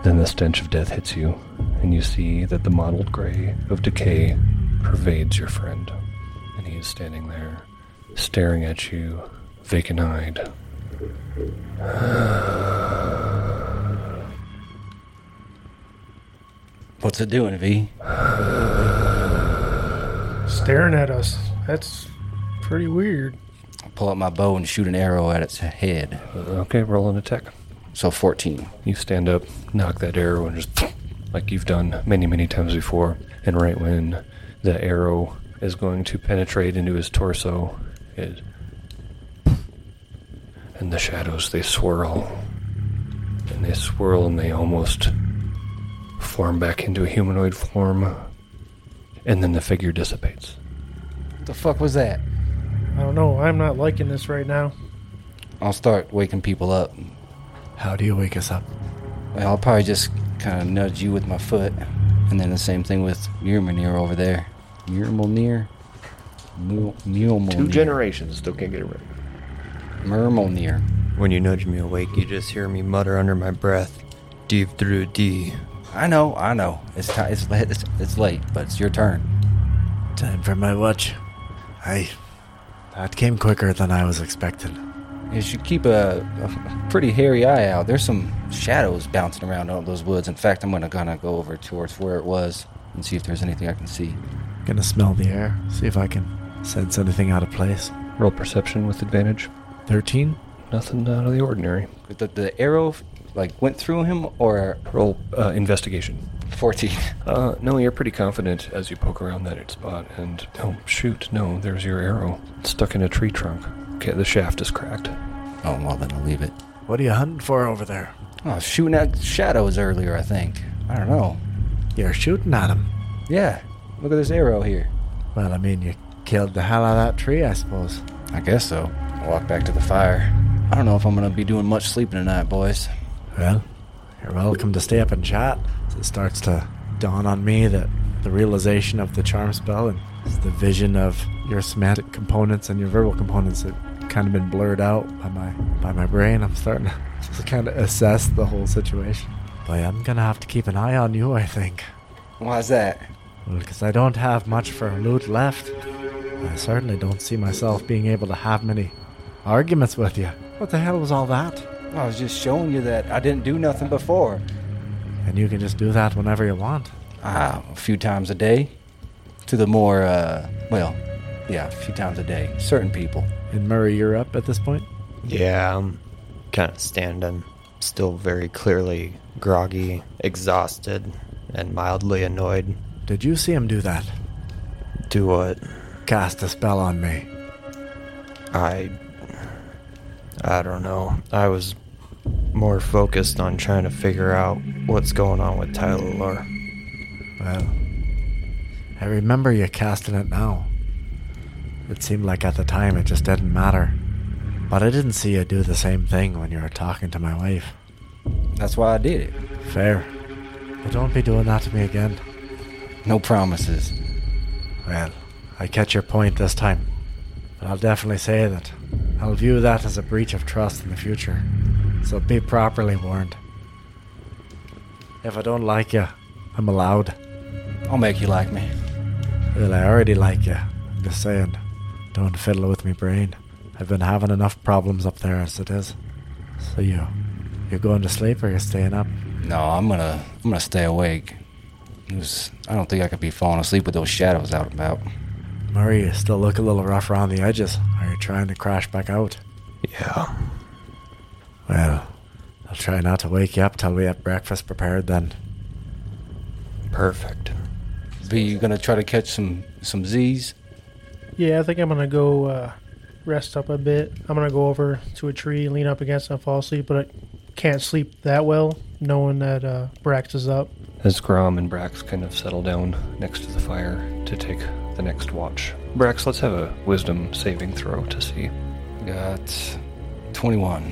A: Then the stench of death hits you, and you see that the mottled gray of decay pervades your friend. And he is standing there, staring at you, Uh, vacant eyed.
E: What's it doing, V?
F: Staring at us. That's pretty weird.
E: Pull out my bow and shoot an arrow at its head.
A: Okay, roll an attack.
E: So 14.
A: You stand up, knock that arrow, and just like you've done many, many times before. And right when the arrow is going to penetrate into his torso, it. And the shadows, they swirl. And they swirl and they almost form back into a humanoid form. And then the figure dissipates.
E: What the fuck was that?
F: I don't know. I'm not liking this right now.
E: I'll start waking people up.
D: How do you wake us up?
E: I'll probably just kind of nudge you with my foot. And then the same thing with Mjolnir over there. Mjolnir? Mjol- Mjolnir.
I: Two generations still can't get it right.
E: Mjolnir.
G: When you nudge me awake, you just hear me mutter under my breath, Deep through D.
E: I know, I know. It's time. It's late. It's, it's late, but it's your turn.
D: Time for my watch. I. That came quicker than I was expecting.
E: You should keep a, a pretty hairy eye out. There's some shadows bouncing around out of those woods. In fact, I'm gonna gonna go over towards where it was and see if there's anything I can see.
D: Gonna smell the air, see if I can sense anything out of place.
A: Roll perception with advantage.
D: 13?
A: Nothing out of the ordinary.
E: The, the arrow like went through him, or
A: Roll uh, investigation.
E: 14.
A: Uh, no, you're pretty confident as you poke around that spot, and oh shoot, no, there's your arrow stuck in a tree trunk. Okay, the shaft is cracked.
E: Oh well, then I'll leave it.
D: What are you hunting for over there?
E: Oh, shooting at shadows earlier, I think. I don't know.
D: You're shooting at him.
E: Yeah, look at this arrow here.
D: Well, I mean, you killed the hell out of that tree, I suppose.
E: I guess so. I walk back to the fire. I don't know if I'm gonna be doing much sleeping tonight, boys.
D: Well, you're welcome to stay up and chat. It starts to dawn on me that the realization of the charm spell and the vision of your semantic components and your verbal components have kind of been blurred out by my by my brain. I'm starting to just kind of assess the whole situation. But I'm gonna have to keep an eye on you, I think,
E: Why's that?
D: because I don't have much for loot left. I certainly don't see myself being able to have many arguments with you. What the hell was all that?
E: I was just showing you that I didn't do nothing before.
D: And you can just do that whenever you want.
E: Ah, a few times a day. To the more, uh, well, yeah, a few times a day. Certain people.
D: And Murray, you're up at this point.
G: Yeah, I'm kind of standing, still very clearly groggy, exhausted, and mildly annoyed.
D: Did you see him do that?
G: Do what?
D: Cast a spell on me.
G: I. I don't know. I was more focused on trying to figure out what's going on with Tyler Lore.
D: Well, I remember you casting it now. It seemed like at the time it just didn't matter. But I didn't see you do the same thing when you were talking to my wife.
E: That's why I did it.
D: Fair. But don't be doing that to me again.
E: No promises.
D: Well, I catch your point this time. But I'll definitely say that I'll view that as a breach of trust in the future. So be properly warned. If I don't like you, I'm allowed.
E: I'll make you like me.
D: Well, I already like you. I'm just saying, don't fiddle with me brain. I've been having enough problems up there as it is. So you, you're going to sleep or you're staying up?
E: No, I'm gonna, I'm gonna stay awake. It was, I don't think I could be falling asleep with those shadows out about.
D: Murray, you still look a little rough around the edges. Are you trying to crash back out?
G: Yeah.
D: Well, I'll try not to wake you up till we have breakfast prepared then.
G: Perfect.
E: V, you gonna try to catch some, some Z's?
F: Yeah, I think I'm gonna go uh, rest up a bit. I'm gonna go over to a tree, lean up against, it, and fall asleep. But I can't sleep that well, knowing that uh, Brax is up.
A: As Grom and Brax kind of settle down next to the fire to take the next watch, Brax, let's have a wisdom saving throw to see.
E: Got 21.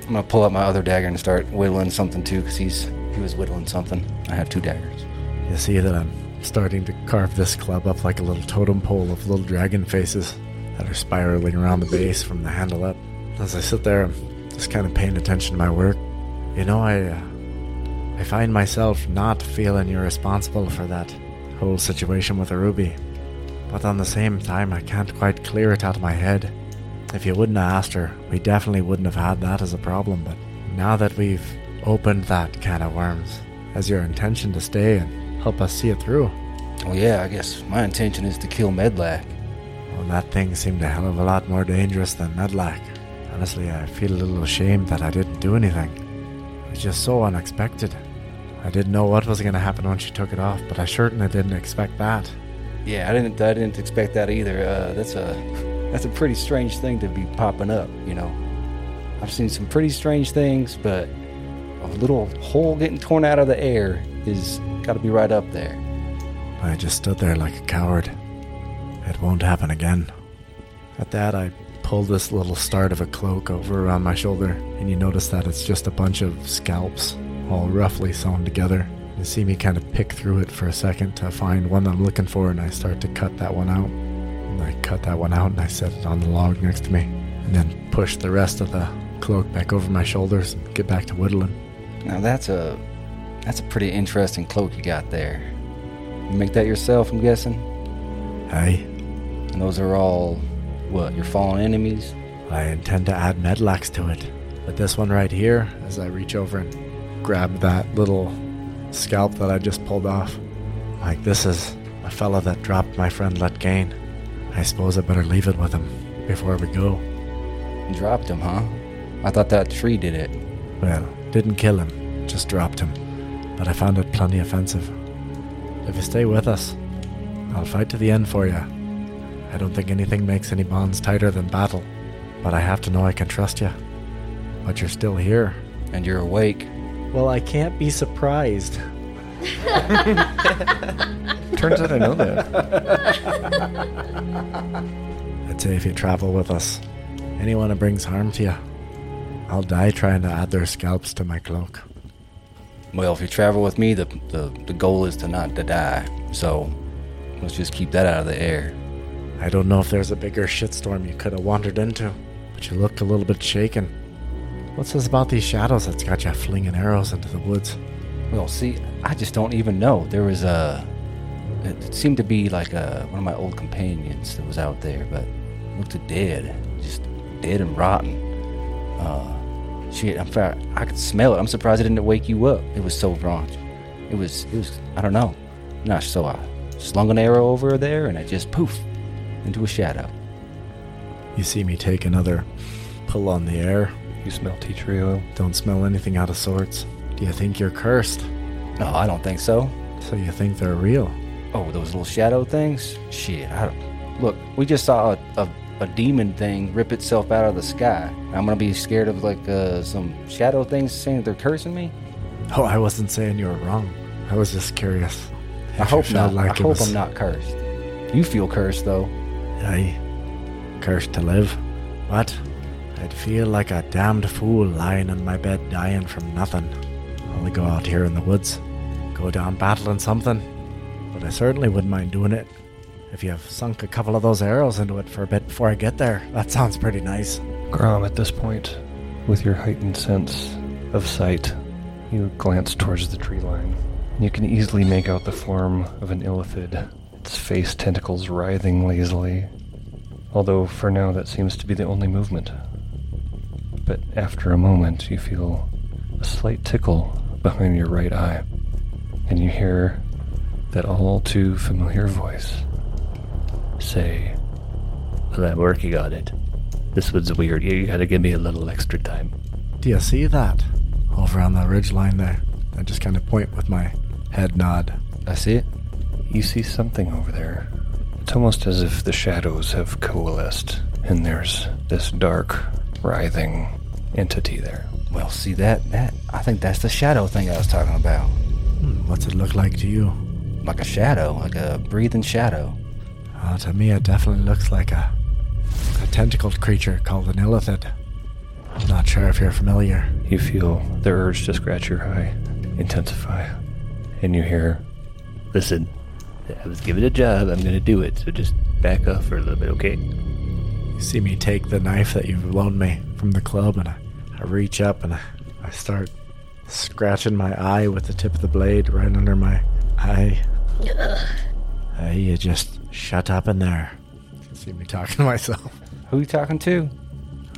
E: I'm gonna pull out my other dagger and start whittling something too, because he's he was whittling something. I have two daggers.
D: You see that I'm starting to carve this club up like a little totem pole of little dragon faces that are spiraling around the base from the handle up. As I sit there, I'm just kind of paying attention to my work. You know, I uh, I find myself not feeling you're responsible for that whole situation with the ruby, but on the same time, I can't quite clear it out of my head. If you wouldn't have asked her, we definitely wouldn't have had that as a problem. But now that we've opened that can of worms, as your intention to stay and help us see it through,
E: Well, yeah, I guess my intention is to kill Medlac.
D: Well, that thing seemed a hell of a lot more dangerous than Medlac. Honestly, I feel a little ashamed that I didn't do anything. It was just so unexpected. I didn't know what was going to happen when she took it off, but I certainly didn't expect that.
E: Yeah, I didn't I didn't expect that either. Uh, that's a that's a pretty strange thing to be popping up, you know. I've seen some pretty strange things, but a little hole getting torn out of the air is got to be right up there.
D: I just stood there like a coward. It won't happen again. At that, I pull this little start of a cloak over around my shoulder, and you notice that it's just a bunch of scalps, all roughly sewn together. You see me kind of pick through it for a second to find one that I'm looking for, and I start to cut that one out. And I cut that one out and I set it on the log next to me, and then push the rest of the cloak back over my shoulders and get back to whittling.
E: Now that's a that's a pretty interesting cloak you got there. You make that yourself, I'm guessing.
D: Aye.
E: And those are all what your fallen enemies.
D: I intend to add medlax to it. But this one right here, as I reach over and grab that little scalp that I just pulled off, like this is a fella that dropped my friend Letgain. I suppose I better leave it with him before we go.
E: You dropped them, huh? I thought that tree did it.
D: Well, didn't kill him, just dropped him. But I found it plenty offensive. If you stay with us, I'll fight to the end for you. I don't think anything makes any bonds tighter than battle, but I have to know I can trust you. But you're still here.
E: And you're awake.
D: Well, I can't be surprised.
I: Turns out I know that.
D: I'd say if you travel with us, anyone who brings harm to you, I'll die trying to add their scalps to my cloak.
E: Well, if you travel with me, the, the, the goal is to not to die. So let's just keep that out of the air.
D: I don't know if there's a bigger shitstorm you could have wandered into, but you look a little bit shaken. What's this about these shadows that's got you flinging arrows into the woods?
E: Well, see, I just don't even know. There was a. It seemed to be like a, one of my old companions that was out there, but looked dead, just dead and rotten. Uh, shit, I'm fact, I could smell it. I'm surprised it didn't wake you up. It was so raunch. It was, it was. I don't know. No, so I slung an arrow over there, and it just poof into a shadow.
D: You see me take another pull on the air.
A: You smell tea tree oil?
D: Don't smell anything out of sorts. Do you think you're cursed?
E: No, I don't think so.
D: So you think they're real?
E: Oh, those little shadow things? Shit, I don't. Look, we just saw a, a, a demon thing rip itself out of the sky. I'm gonna be scared of like uh, some shadow things saying that they're cursing me?
D: Oh, I wasn't saying you were wrong. I was just curious.
E: I
D: If you
E: hope
D: felt
E: not. I
D: it
E: hope
D: was-
E: I'm not cursed. You feel cursed though.
D: Aye. Cursed to live. What? I'd feel like a damned fool lying in my bed dying from nothing. I'll go out here in the woods, go down battling something. But I certainly wouldn't mind doing it. If you have sunk a couple of those arrows into it for a bit before I get there, that sounds pretty nice.
A: Grom, at this point, with your heightened sense of sight, you glance towards the tree line. You can easily make out the form of an illithid, its face tentacles writhing lazily, although for now that seems to be the only movement. But after a moment, you feel a slight tickle behind your right eye, and you hear that all too familiar voice say,
I: But I'm working on it. This one's weird. You gotta give me a little extra time.
D: Do you see that? Over on the ridge line there. I just kind of point with my head nod.
E: That's it.
A: You see something over there. It's almost as if the shadows have coalesced and there's this dark, writhing entity there.
E: Well, see that that I think that's the shadow thing I was talking about.
D: Hmm, what's it look like to you?
E: Like a shadow, like a breathing shadow.
D: Uh, to me, it definitely looks like a, a tentacled creature called an illithid. Not sure if you're familiar.
A: You feel the urge to scratch your eye intensify, and you hear
I: Listen, I was given a job. I'm gonna do it. So just back off for a little bit, okay?
D: You see me take the knife that you've loaned me from the club, and I, I reach up and I, I start scratching my eye with the tip of the blade right under my eye. Hey, you just shut up in there. You see me talking to myself.
E: Who you talking to?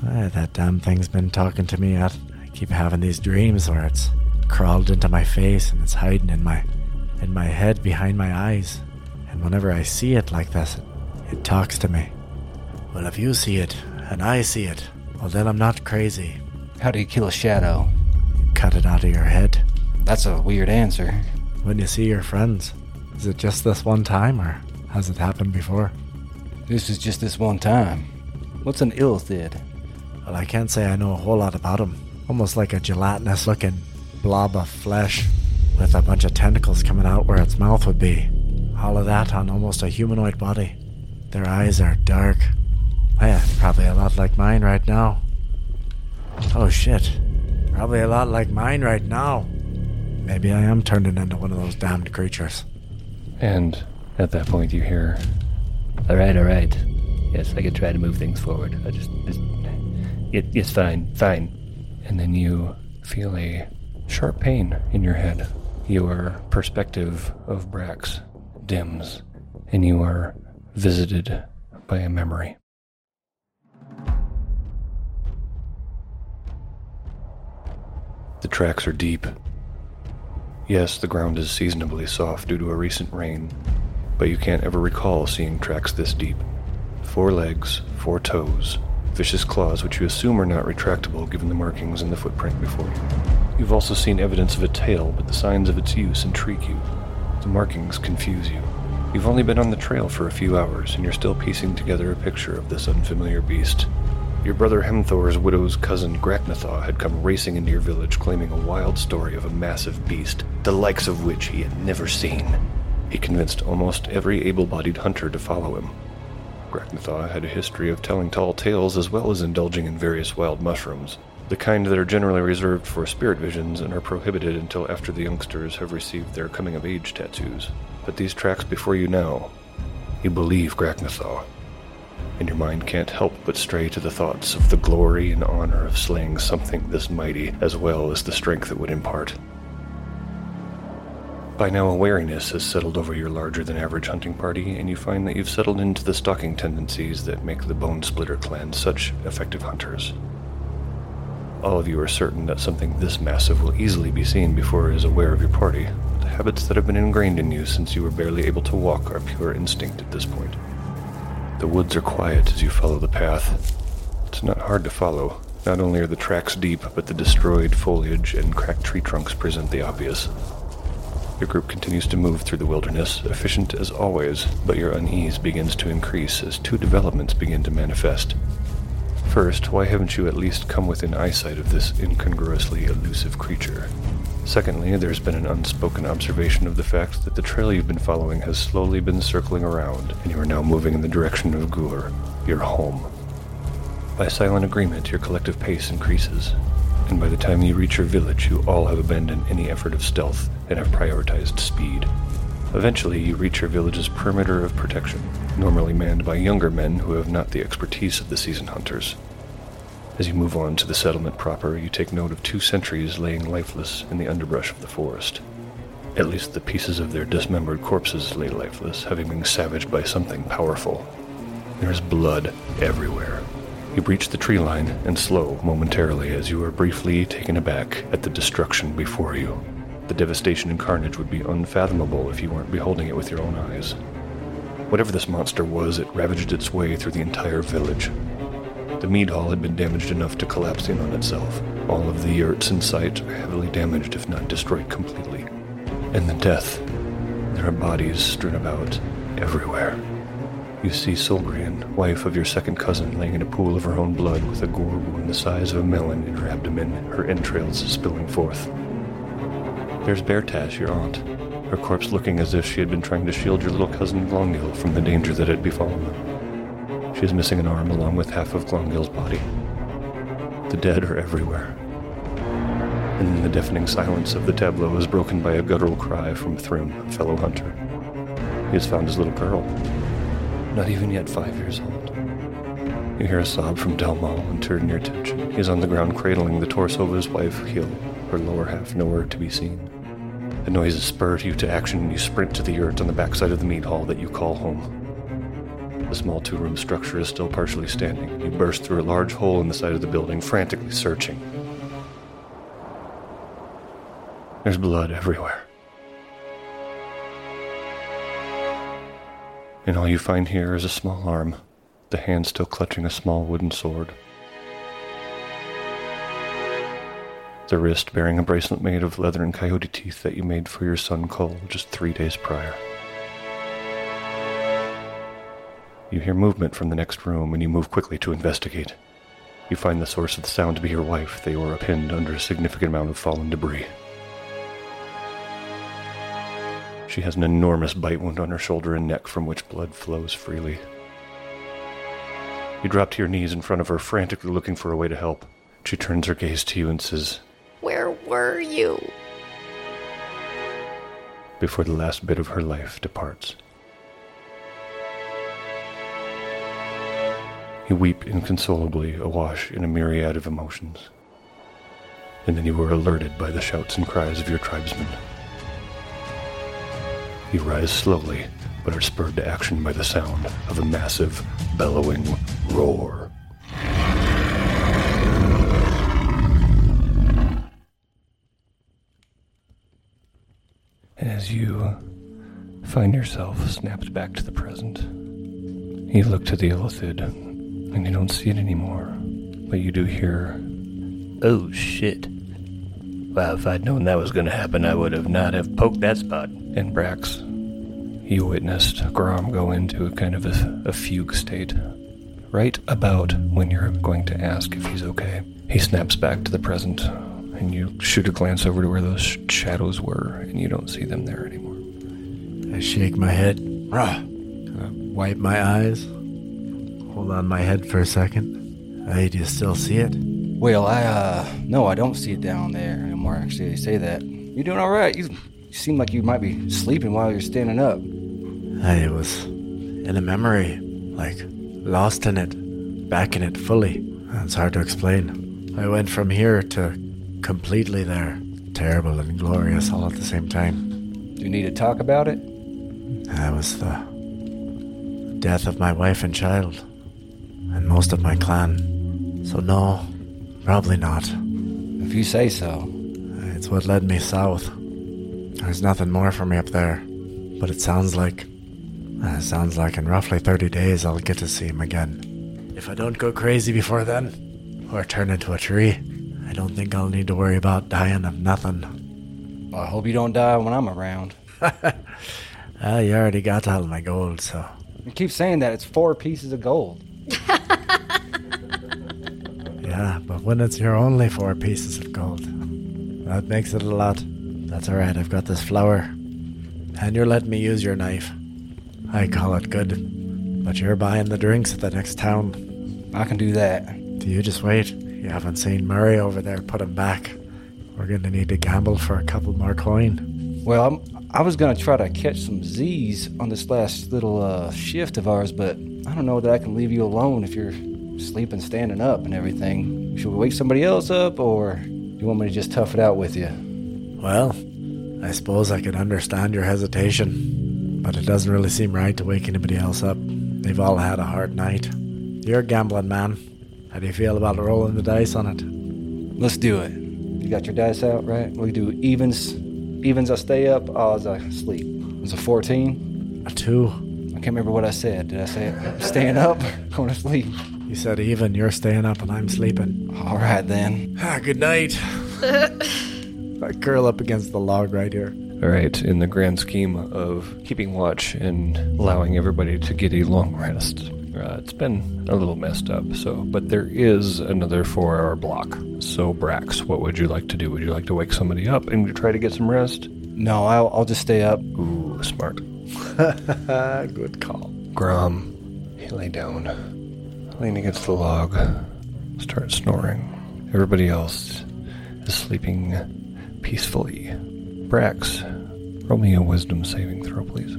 D: Ah, that damn thing's been talking to me. I, I keep having these dreams where it's crawled into my face and it's hiding in my in my head behind my eyes. And whenever I see it like this, it, it talks to me. Well, if you see it and I see it, well then I'm not crazy.
E: How do you kill a shadow?
D: Cut it out of your head.
E: That's a weird answer.
D: When you see your friends, is it just this one time or has it happened before?
E: This is just this one time. What's an illithid?
D: Well, I can't say I know a whole lot about him. Almost like a gelatinous looking blob of flesh with a bunch of tentacles coming out where its mouth would be. All of that on almost a humanoid body. Their eyes are dark. Oh, Yeah, probably a lot like mine right now. Oh shit. Probably a lot like mine right now. Maybe I am turning into one of those damned creatures.
A: And at that point, you hear
I: All right, all right. Yes, I can try to move things forward. I just, just it, it's fine, fine.
A: and then you feel a sharp pain in your head. Your perspective of Brax dims, and you are visited by a memory. The tracks are deep. Yes, the ground is seasonably soft due to a recent rain, but you can't ever recall seeing tracks this deep. Four legs, four toes, vicious claws which you assume are not retractable given the markings in the footprint before you. You've also seen evidence of a tail, but the signs of its use intrigue you. The markings confuse you. You've only been on the trail for a few hours, and you're still piecing together a picture of this unfamiliar beast. Your brother Hemthor's widow's cousin Graknathaw had come racing into your village claiming a wild story of a massive beast, the likes of which he had never seen. He convinced almost every able bodied hunter to follow him, Graknathaw had a history of telling tall tales as well as indulging in various wild mushrooms, the kind that are generally reserved for spirit visions and are prohibited until after the youngsters have received their coming of age tattoos. But these tracks before you now, you believe Graknathaw, and your mind can't help but stray to the thoughts of the glory and honor of slaying something this mighty as well as the strength it would impart. By now, a wariness has settled over your larger than average hunting party, and you find that you've settled into the stalking tendencies that make the Bone Splitter clan such effective hunters. All of you are certain that something this massive will easily be seen before it is aware of your party. The habits that have been ingrained in you since you were barely able to walk are pure instinct at this point. The woods are quiet as you follow the path. It's not hard to follow. Not only are the tracks deep, but the destroyed foliage and cracked tree trunks present the obvious. Your group continues to move through the wilderness, efficient as always, but your unease begins to increase as two developments begin to manifest. First, why haven't you at least come within eyesight of this incongruously elusive creature? Secondly, there's been an unspoken observation of the fact that the trail you've been following has slowly been circling around, and you are now moving in the direction of Gur, your home. By silent agreement, your collective pace increases, and by the time you reach your village, you all have abandoned any effort of stealth and have prioritized speed. Eventually, you reach your village's perimeter of protection, normally manned by younger men who have not the expertise of the seasoned hunters. As you move on to the settlement proper, you take note of two sentries laying lifeless in the underbrush of the forest. At least the pieces of their dismembered corpses lay lifeless, having been savaged by something powerful. There is blood everywhere. You breach the tree line and slow momentarily as you are briefly taken aback at the destruction before you. The devastation and carnage would be unfathomable if you weren't beholding it with your own eyes. Whatever this monster was, it ravaged its way through the entire village. The mead hall had been damaged enough to collapse in on itself. All of the yurts in sight are heavily damaged, if not destroyed completely. And the death. There are bodies strewn about everywhere. You see Silbrian, wife of your second cousin, laying in a pool of her own blood with a gore wound the size of a melon in her abdomen, her entrails spilling forth. There's Bertash, your aunt, her corpse looking as if she had been trying to shield your little cousin Glongil from the danger that had befallen them. She is missing an arm along with half of Glongil's body. The dead are everywhere. And then the deafening silence of the tableau is broken by a guttural cry from Thrym, a fellow hunter. He has found his little girl, not even yet five years old. You hear a sob from Delmal and turn your attention. He is on the ground cradling the torso of his wife, heel, her lower half nowhere to be seen. The noises spur you to action and you sprint to the yurt on the backside of the meat hall that you call home. The small two room structure is still partially standing. You burst through a large hole in the side of the building, frantically searching. There's blood everywhere. And all you find here is a small arm, the hand still clutching a small wooden sword. The wrist bearing a bracelet made of leather and coyote teeth that you made for your son Cole just three days prior. You hear movement from the next room and you move quickly to investigate. You find the source of the sound to be your wife, Theora, pinned under a significant amount of fallen debris. She has an enormous bite wound on her shoulder and neck from which blood flows freely. You drop to your knees in front of her, frantically looking for a way to help. She turns her gaze to you and says,
C: Where were you?
A: Before the last bit of her life departs. You weep inconsolably, awash in a myriad of emotions. And then you were alerted by the shouts and cries of your tribesmen. You rise slowly, but are spurred to action by the sound of a massive, bellowing roar. As you find yourself snapped back to the present, you look to the illithid, and you don't see it anymore, but you do hear
I: Oh shit. Well, if I'd known that was gonna happen, I would have not have poked that spot.
A: and Brax, you witnessed Grom go into a kind of a, a fugue state. Right about when you're going to ask if he's okay, he snaps back to the present, and you shoot a glance over to where those sh- shadows were, and you don't see them there anymore.
D: I shake my head. Rah! And I wipe my eyes. Hold on my head for a second. Hey, do you still see it?
E: Well, I, uh, no, I don't see it down there anymore. Actually, I say that. You're doing all right. You, you seem like you might be sleeping while you're standing up.
D: Hey, it was in a memory, like lost in it, back in it fully. It's hard to explain. I went from here to completely there. Terrible and glorious all at the same time.
E: Do you need to talk about it?
D: That was the death of my wife and child, and most of my clan. So, no, probably not.
E: If you say so.
D: It's what led me south. There's nothing more for me up there. But it sounds like. uh, It sounds like in roughly 30 days I'll get to see him again. If I don't go crazy before then, or turn into a tree, I don't think I'll need to worry about dying of nothing.
E: I hope you don't die when I'm around.
D: Ah, you already got all my gold, so.
E: You keep saying that it's four pieces of gold.
D: Yeah, but when it's your only four pieces of gold, that makes it a lot. That's alright, I've got this flower. And you're letting me use your knife. I call it good. But you're buying the drinks at the next town.
E: I can do that.
D: Do you just wait? You haven't seen Murray over there put him back. We're gonna need to gamble for a couple more coin.
E: Well, I'm, I was gonna try to catch some Z's on this last little uh, shift of ours, but I don't know that I can leave you alone if you're sleeping, standing up, and everything. Should we wake somebody else up, or you want me to just tough it out with you?
D: Well, I suppose I could understand your hesitation, but it doesn't really seem right to wake anybody else up. They've all had a hard night. You're a gambling man. How do you feel about rolling the dice on it?
E: Let's do it. You got your dice out, right? We do evens. Evens, I stay up. Odds, I sleep. It's a 14.
D: A two.
E: I can't remember what I said. Did I say it? Staying up, going to sleep.
D: You said even you're staying up and I'm sleeping.
E: All right then.
D: Ah, good night. I curl up against the log right here.
A: All right, in the grand scheme of keeping watch and allowing everybody to get a long rest, uh, it's been a little messed up. So, but there is another four-hour block. So, Brax, what would you like to do? Would you like to wake somebody up and try to get some rest?
E: No, I'll, I'll just stay up.
A: Ooh, smart.
D: Ah,
G: Good call.
A: Grom, he lay down, lean against the log, start snoring. Everybody else is sleeping peacefully. Brax, roll me a wisdom saving throw, please.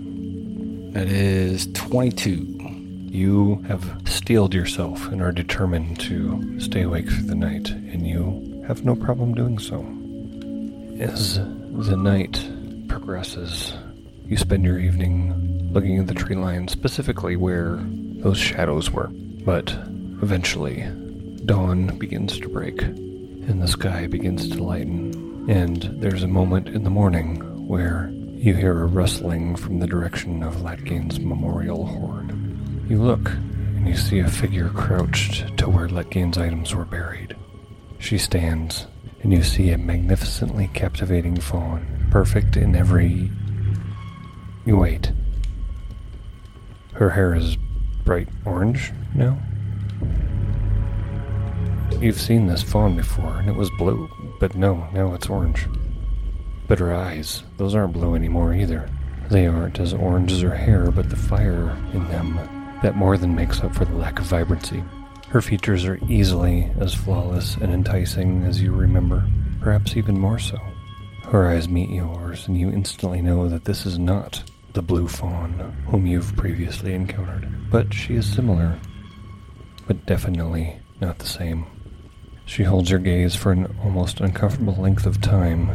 E: That is 22.
A: You have steeled yourself and are determined to stay awake through the night, and you have no problem doing so. As the night progresses, you spend your evening looking at the tree line, specifically where those shadows were. But eventually, dawn begins to break, and the sky begins to lighten. And there's a moment in the morning where you hear a rustling from the direction of Latgain's memorial hoard. You look, and you see a figure crouched to where Letgain's items were buried. She stands, and you see a magnificently captivating fawn, perfect in every. You wait. Her hair is bright orange now. You've seen this fawn before, and it was blue, but no, now it's orange. But her eyes, those aren't blue anymore either. They aren't as orange as her hair, but the fire in them, that more than makes up for the lack of vibrancy. Her features are easily as flawless and enticing as you remember, perhaps even more so. Her eyes meet yours, and you instantly know that this is not the blue fawn whom you've previously encountered, but she is similar, but definitely not the same. She holds her gaze for an almost uncomfortable length of time,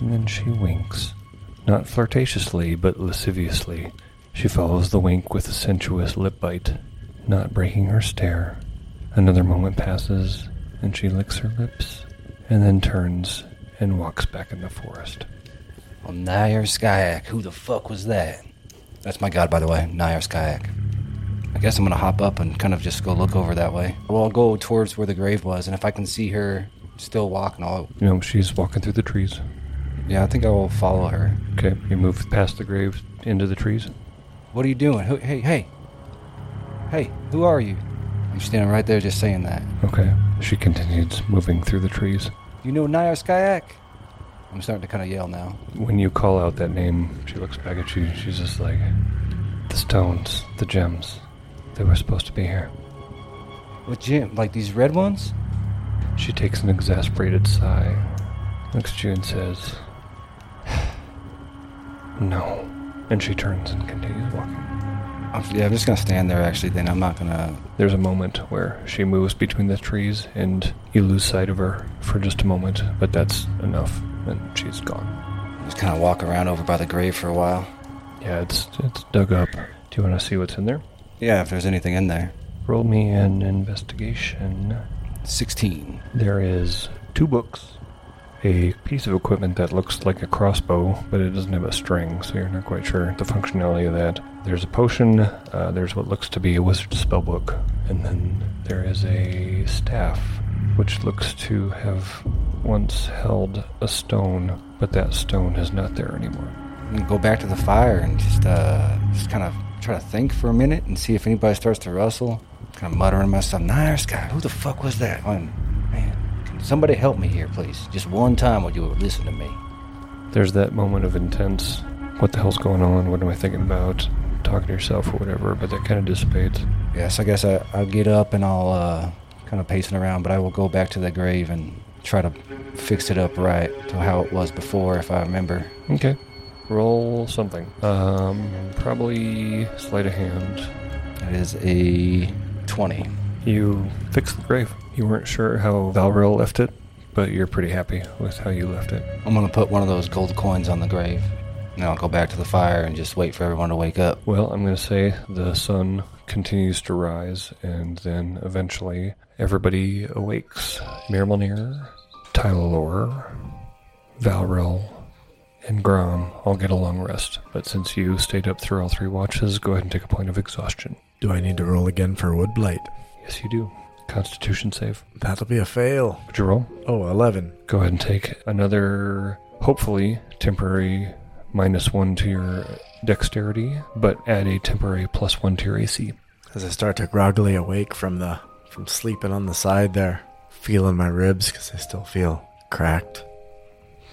A: and then she winks. Not flirtatiously, but lasciviously. She follows the wink with a sensuous lip bite, not breaking her stare. Another moment passes, and she licks her lips, and then turns and walks back in the forest.
E: Well, Nair Skyak, who the fuck was that? That's my god, by the way, Nair Skyak. I guess I'm gonna hop up and kind of just go look over that way. Well, I'll go towards where the grave was, and if I can see her still walking, I'll.
A: You know, she's walking through the trees.
E: Yeah, I think I will follow her.
A: Okay, you move past the grave into the trees.
E: What are you doing? Who, hey, hey. Hey, who are you? I'm standing right there just saying that.
A: Okay, she continues moving through the trees.
E: You know Nair Skyak? I'm starting to kind of yell now.
A: When you call out that name, she looks back at you. and She's just like, the stones, the gems, they were supposed to be here.
E: What gym? Like these red ones?
A: She takes an exasperated sigh, looks at you and says, No. And she turns and continues walking.
E: I'm, yeah, I'm just gonna stand there actually, then I'm not gonna.
A: There's a moment where she moves between the trees and you lose sight of her for just a moment, but that's enough, and she's gone.
E: Just kind of walk around over by the grave for a while.
A: Yeah, it's, it's dug up. Do you want to see what's in there?
E: Yeah, if there's anything in there.
A: Roll me an investigation.
E: 16.
A: There is two books, a piece of equipment that looks like a crossbow, but it doesn't have a string, so you're not quite sure the functionality of that. There's a potion, uh, there's what looks to be a wizard spellbook, and then there is a staff, which looks to have once held a stone, but that stone is not there anymore.
E: And go back to the fire and just uh, just kind of try to think for a minute and see if anybody starts to rustle. Kind of muttering to myself, Nair Sky, who the fuck was that? And, man, can somebody help me here, please? Just one time would you listen to me?
A: There's that moment of intense, what the hell's going on? What am I thinking about? Talking to yourself or whatever, but that kind of dissipates.
E: Yes, I guess I, I'll get up and I'll uh, kind of pacing around, but I will go back to the grave and try to fix it up right to how it was before, if I remember.
A: Okay. Roll something. Um, probably sleight of hand.
E: That is a 20.
A: You fixed the grave. You weren't sure how Valrill left it, but you're pretty happy with how you left it.
E: I'm gonna put one of those gold coins on the grave. And I'll go back to the fire and just wait for everyone to wake up.
A: Well, I'm going to say the sun continues to rise, and then eventually everybody awakes. Mirmalnir, Tylor, Valrill, and Grom all get a long rest. But since you stayed up through all three watches, go ahead and take a point of exhaustion.
D: Do I need to roll again for wood blight?
A: Yes, you do. Constitution save.
D: That'll be a fail.
A: Would you roll?
D: Oh, 11.
A: Go ahead and take another, hopefully, temporary minus one to your dexterity, but add a temporary plus one to your AC.
D: As I start to groggily awake from the from sleeping on the side there, feeling my ribs because I still feel cracked.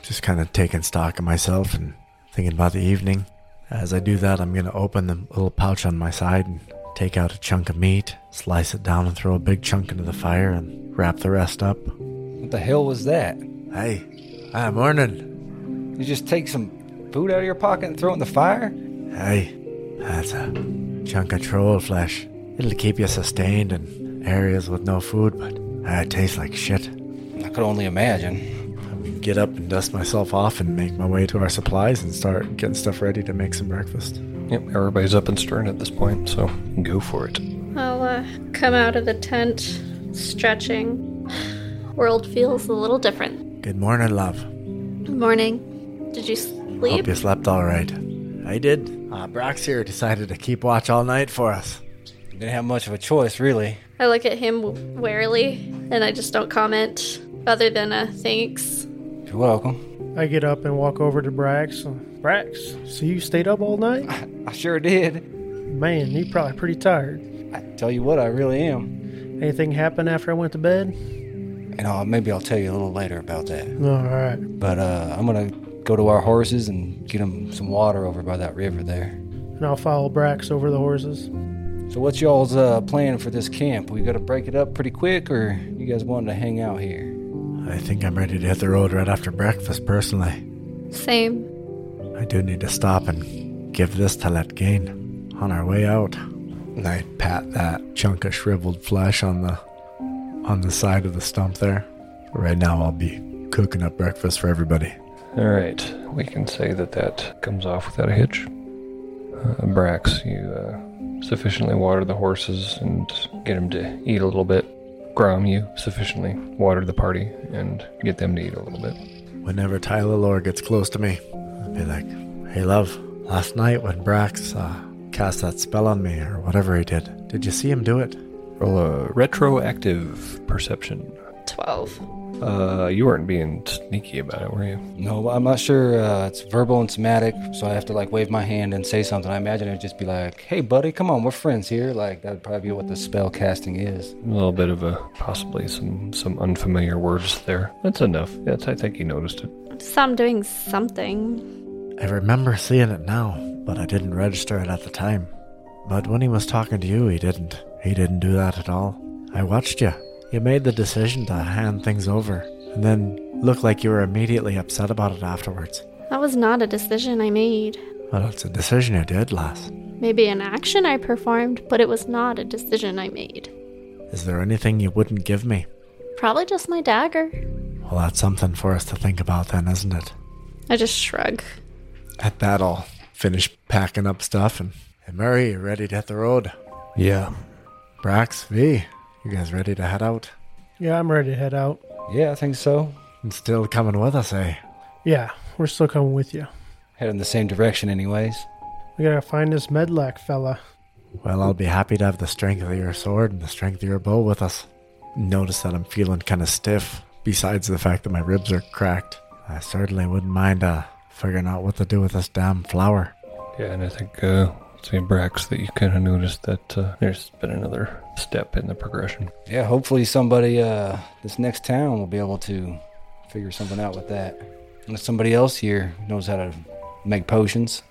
D: Just kind of taking stock of myself and thinking about the evening. As I do that, I'm gonna open the little pouch on my side and take out a chunk of meat, slice it down, and throw a big chunk into the fire and wrap the rest up.
E: What the hell was that?
D: Hey, hi, morning.
E: You just take some food out of your pocket and throw it in the fire?
D: Hey, that's a chunk of troll flesh. It'll keep you sustained in areas with no food, but uh, it tastes like shit.
E: I could only imagine.
D: I'm gonna get up and dust myself off and make my way to our supplies and start getting stuff ready to make some breakfast.
A: Yep, everybody's up and stirring at this point, so go for it.
C: I'll uh, come out of the tent, stretching. World feels a little different.
D: Good morning, love.
C: Good morning. Did you sleep?
D: Hope you slept all right. I did. Uh, Brock's here decided to keep watch all night for us.
E: Didn't have much of a choice, really.
C: I look at him warily, and I just don't comment other than a thanks.
E: You're welcome.
F: I get up and walk over to Brax. Brax, so you stayed up all night?
E: I sure did.
F: Man, you probably pretty tired.
E: I tell you what, I really am.
F: Anything happen after I went to bed?
E: And I'll, maybe I'll tell you a little later about that.
F: All right.
E: But uh, I'm gonna go to our horses and get them some water over by that river there.
F: And I'll follow Brax over the horses.
E: So what's y'all's uh, plan for this camp? We gotta break it up pretty quick, or you guys wanting to hang out here?
D: I think I'm ready to hit the road right after breakfast, personally.
C: Same.
D: I do need to stop and give this to let gain on our way out. And I pat that chunk of shriveled flesh on the on the side of the stump there. Right now I'll be cooking up breakfast for everybody.
A: All right, we can say that that comes off without a hitch. Uh, Brax, you uh, sufficiently water the horses and get them to eat a little bit. Grom, you sufficiently water the party and get them to eat a little bit.
D: Whenever Tyler Lore gets close to me, I'll be like, Hey love, last night when Brax uh, cast that spell on me or whatever he did, did you see him do it?
A: Roll a retroactive perception.
C: 12.
A: Uh, you weren't being sneaky about it, were you?
E: No, I'm not sure. Uh, it's verbal and somatic, so I have to like wave my hand and say something. I imagine it'd just be like, "Hey, buddy, come on, we're friends here." Like that'd probably be what the spell casting is.
A: A little bit of a possibly some some unfamiliar words there. That's enough. That's I think you noticed it.
C: So I'm doing something.
D: I remember seeing it now, but I didn't register it at the time. But when he was talking to you, he didn't. He didn't do that at all. I watched you. You made the decision to hand things over, and then looked like you were immediately upset about it afterwards.
C: That was not a decision I made.
D: Well, it's a decision you did, lass.
C: Maybe an action I performed, but it was not a decision I made.
D: Is there anything you wouldn't give me?
C: Probably just my dagger.
D: Well, that's something for us to think about then, isn't it?
C: I just shrug.
D: At that, I'll finish packing up stuff and. Hey, Murray, you ready to hit the road?
G: Yeah.
D: Brax, V, you guys ready to head out?
F: Yeah, I'm ready to head out.
E: Yeah, I think so.
D: And still coming with us, eh?
F: Yeah, we're still coming with you.
E: Head in the same direction, anyways.
F: We gotta find this Medlac fella.
D: Well, I'll be happy to have the strength of your sword and the strength of your bow with us. Notice that I'm feeling kind of stiff, besides the fact that my ribs are cracked. I certainly wouldn't mind uh, figuring out what to do with this damn flower.
A: Yeah, and I think uh, see Brax that you kind of noticed that uh, there's been another step in the progression.
E: Yeah, hopefully somebody uh, this next town will be able to figure something out with that. Unless somebody else here knows how to make potions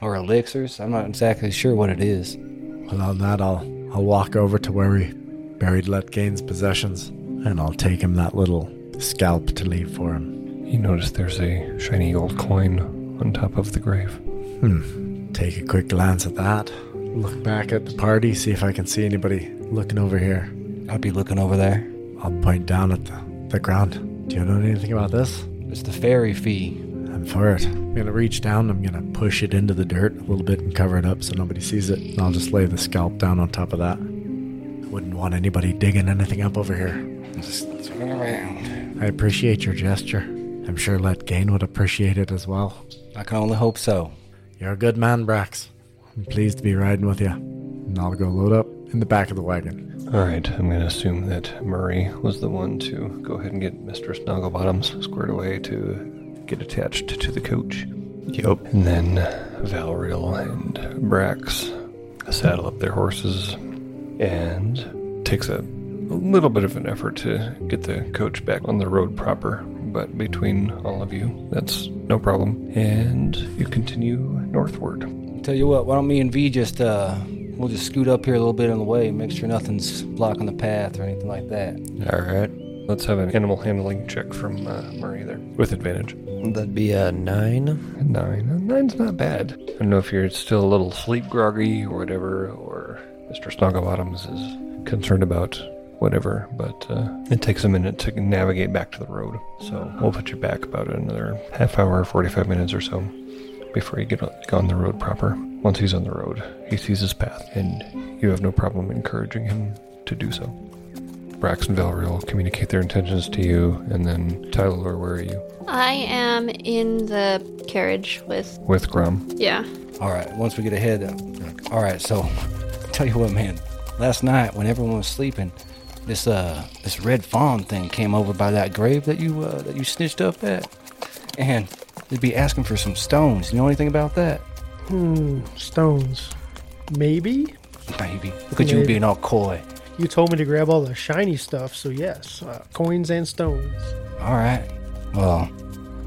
E: or elixirs. I'm not exactly sure what it is.
D: Well, on that, I'll I'll walk over to where we buried Letgain's possessions, and I'll take him that little scalp to leave for him.
A: You notice there's a shiny gold coin on top of the grave.
D: Hmm. Take a quick glance at that. Look back at the party, see if I can see anybody looking over here.
E: I'd be looking over there.
D: I'll point down at the, the ground. Do you know anything about this?
E: It's the fairy fee.
D: I'm for it. I'm gonna reach down. I'm gonna push it into the dirt a little bit and cover it up so nobody sees it. And I'll just lay the scalp down on top of that. I wouldn't want anybody digging anything up over here.
E: Just turn around.
D: I appreciate your gesture. I'm sure Let Gain would appreciate it as well.
E: I can only hope so.
D: You're a good man, Brax. I'm pleased to be riding with you. And I'll go load up in the back of the wagon.
A: All right, I'm going to assume that Murray was the one to go ahead and get Mistress Snogglebottoms squared away to get attached to the coach.
G: Yep.
A: And then Valriel and Brax saddle up their horses and takes a little bit of an effort to get the coach back on the road proper. But between all of you, that's no problem. And you continue northward.
E: Tell you what, why don't me and V just uh, we'll just scoot up here a little bit on the way, make sure nothing's blocking the path or anything like that.
G: All right.
A: Let's have an animal handling check from uh, Murray there with advantage.
G: That'd be uh, a nine.
A: Nine. Uh, Nine's not bad. I don't know if you're still a little sleep groggy or whatever, or Mr. Snogglebottoms is concerned about whatever, but uh, it takes a minute to navigate back to the road. So we'll put you back about another half hour, 45 minutes or so before you get on- on the road proper. Once he's on the road, he sees his path, and you have no problem encouraging him to do so. Brax and Valriel communicate their intentions to you, and then Tyler, where are you?
C: I am in the carriage with.
A: With Grum.
C: Yeah.
E: All right, once we get ahead, uh, all right. So, tell you what, man. Last night, when everyone was sleeping, this uh this red fawn thing came over by that grave that you uh, that you snitched up at, and they'd be asking for some stones. You know anything about that?
F: Hmm, stones. Maybe?
E: Maybe. Look at you
F: Maybe.
E: being all coy.
F: You told me to grab all the shiny stuff, so yes, uh, coins and stones.
E: All right. Well,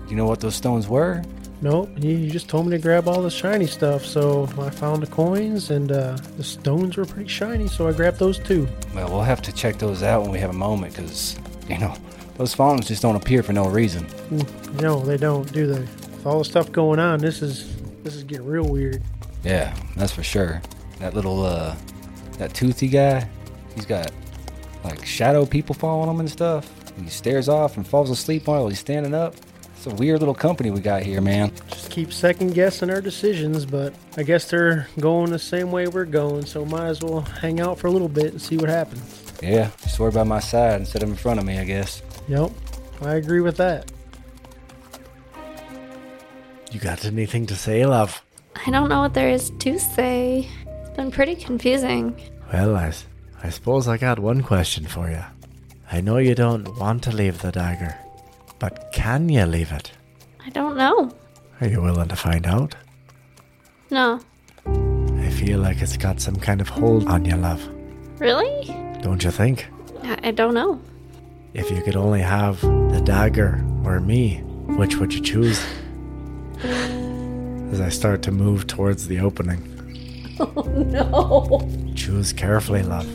E: you know what those stones were?
F: Nope, you you just told me to grab all the shiny stuff, so I found the coins and uh, the stones were pretty shiny, so I grabbed those too.
E: Well, we'll have to check those out when we have a moment, because you know those fawns just don't appear for no reason.
F: No, they don't, do they? With all the stuff going on, this is this is getting real weird.
E: Yeah, that's for sure. That little uh that toothy guy, he's got like shadow people following him and stuff. He stares off and falls asleep while he's standing up. It's a weird little company we got here, man.
F: Just keep second guessing our decisions, but I guess they're going the same way we're going, so might as well hang out for a little bit and see what happens.
E: Yeah, just worry by my side instead of in front of me, I guess.
F: Yep, I agree with that.
D: You got anything to say, love?
C: I don't know what there is to say. It's been pretty confusing.
D: Well, I, s- I suppose I got one question for you. I know you don't want to leave the dagger, but can you leave it?
C: I don't know.
D: Are you willing to find out?
C: No.
D: I feel like it's got some kind of hold on you, love.
C: Really?
D: Don't you think?
C: I, I don't know.
D: If you could only have the dagger or me, which would you choose? As I start to move towards the opening,
C: No.
D: choose carefully, love.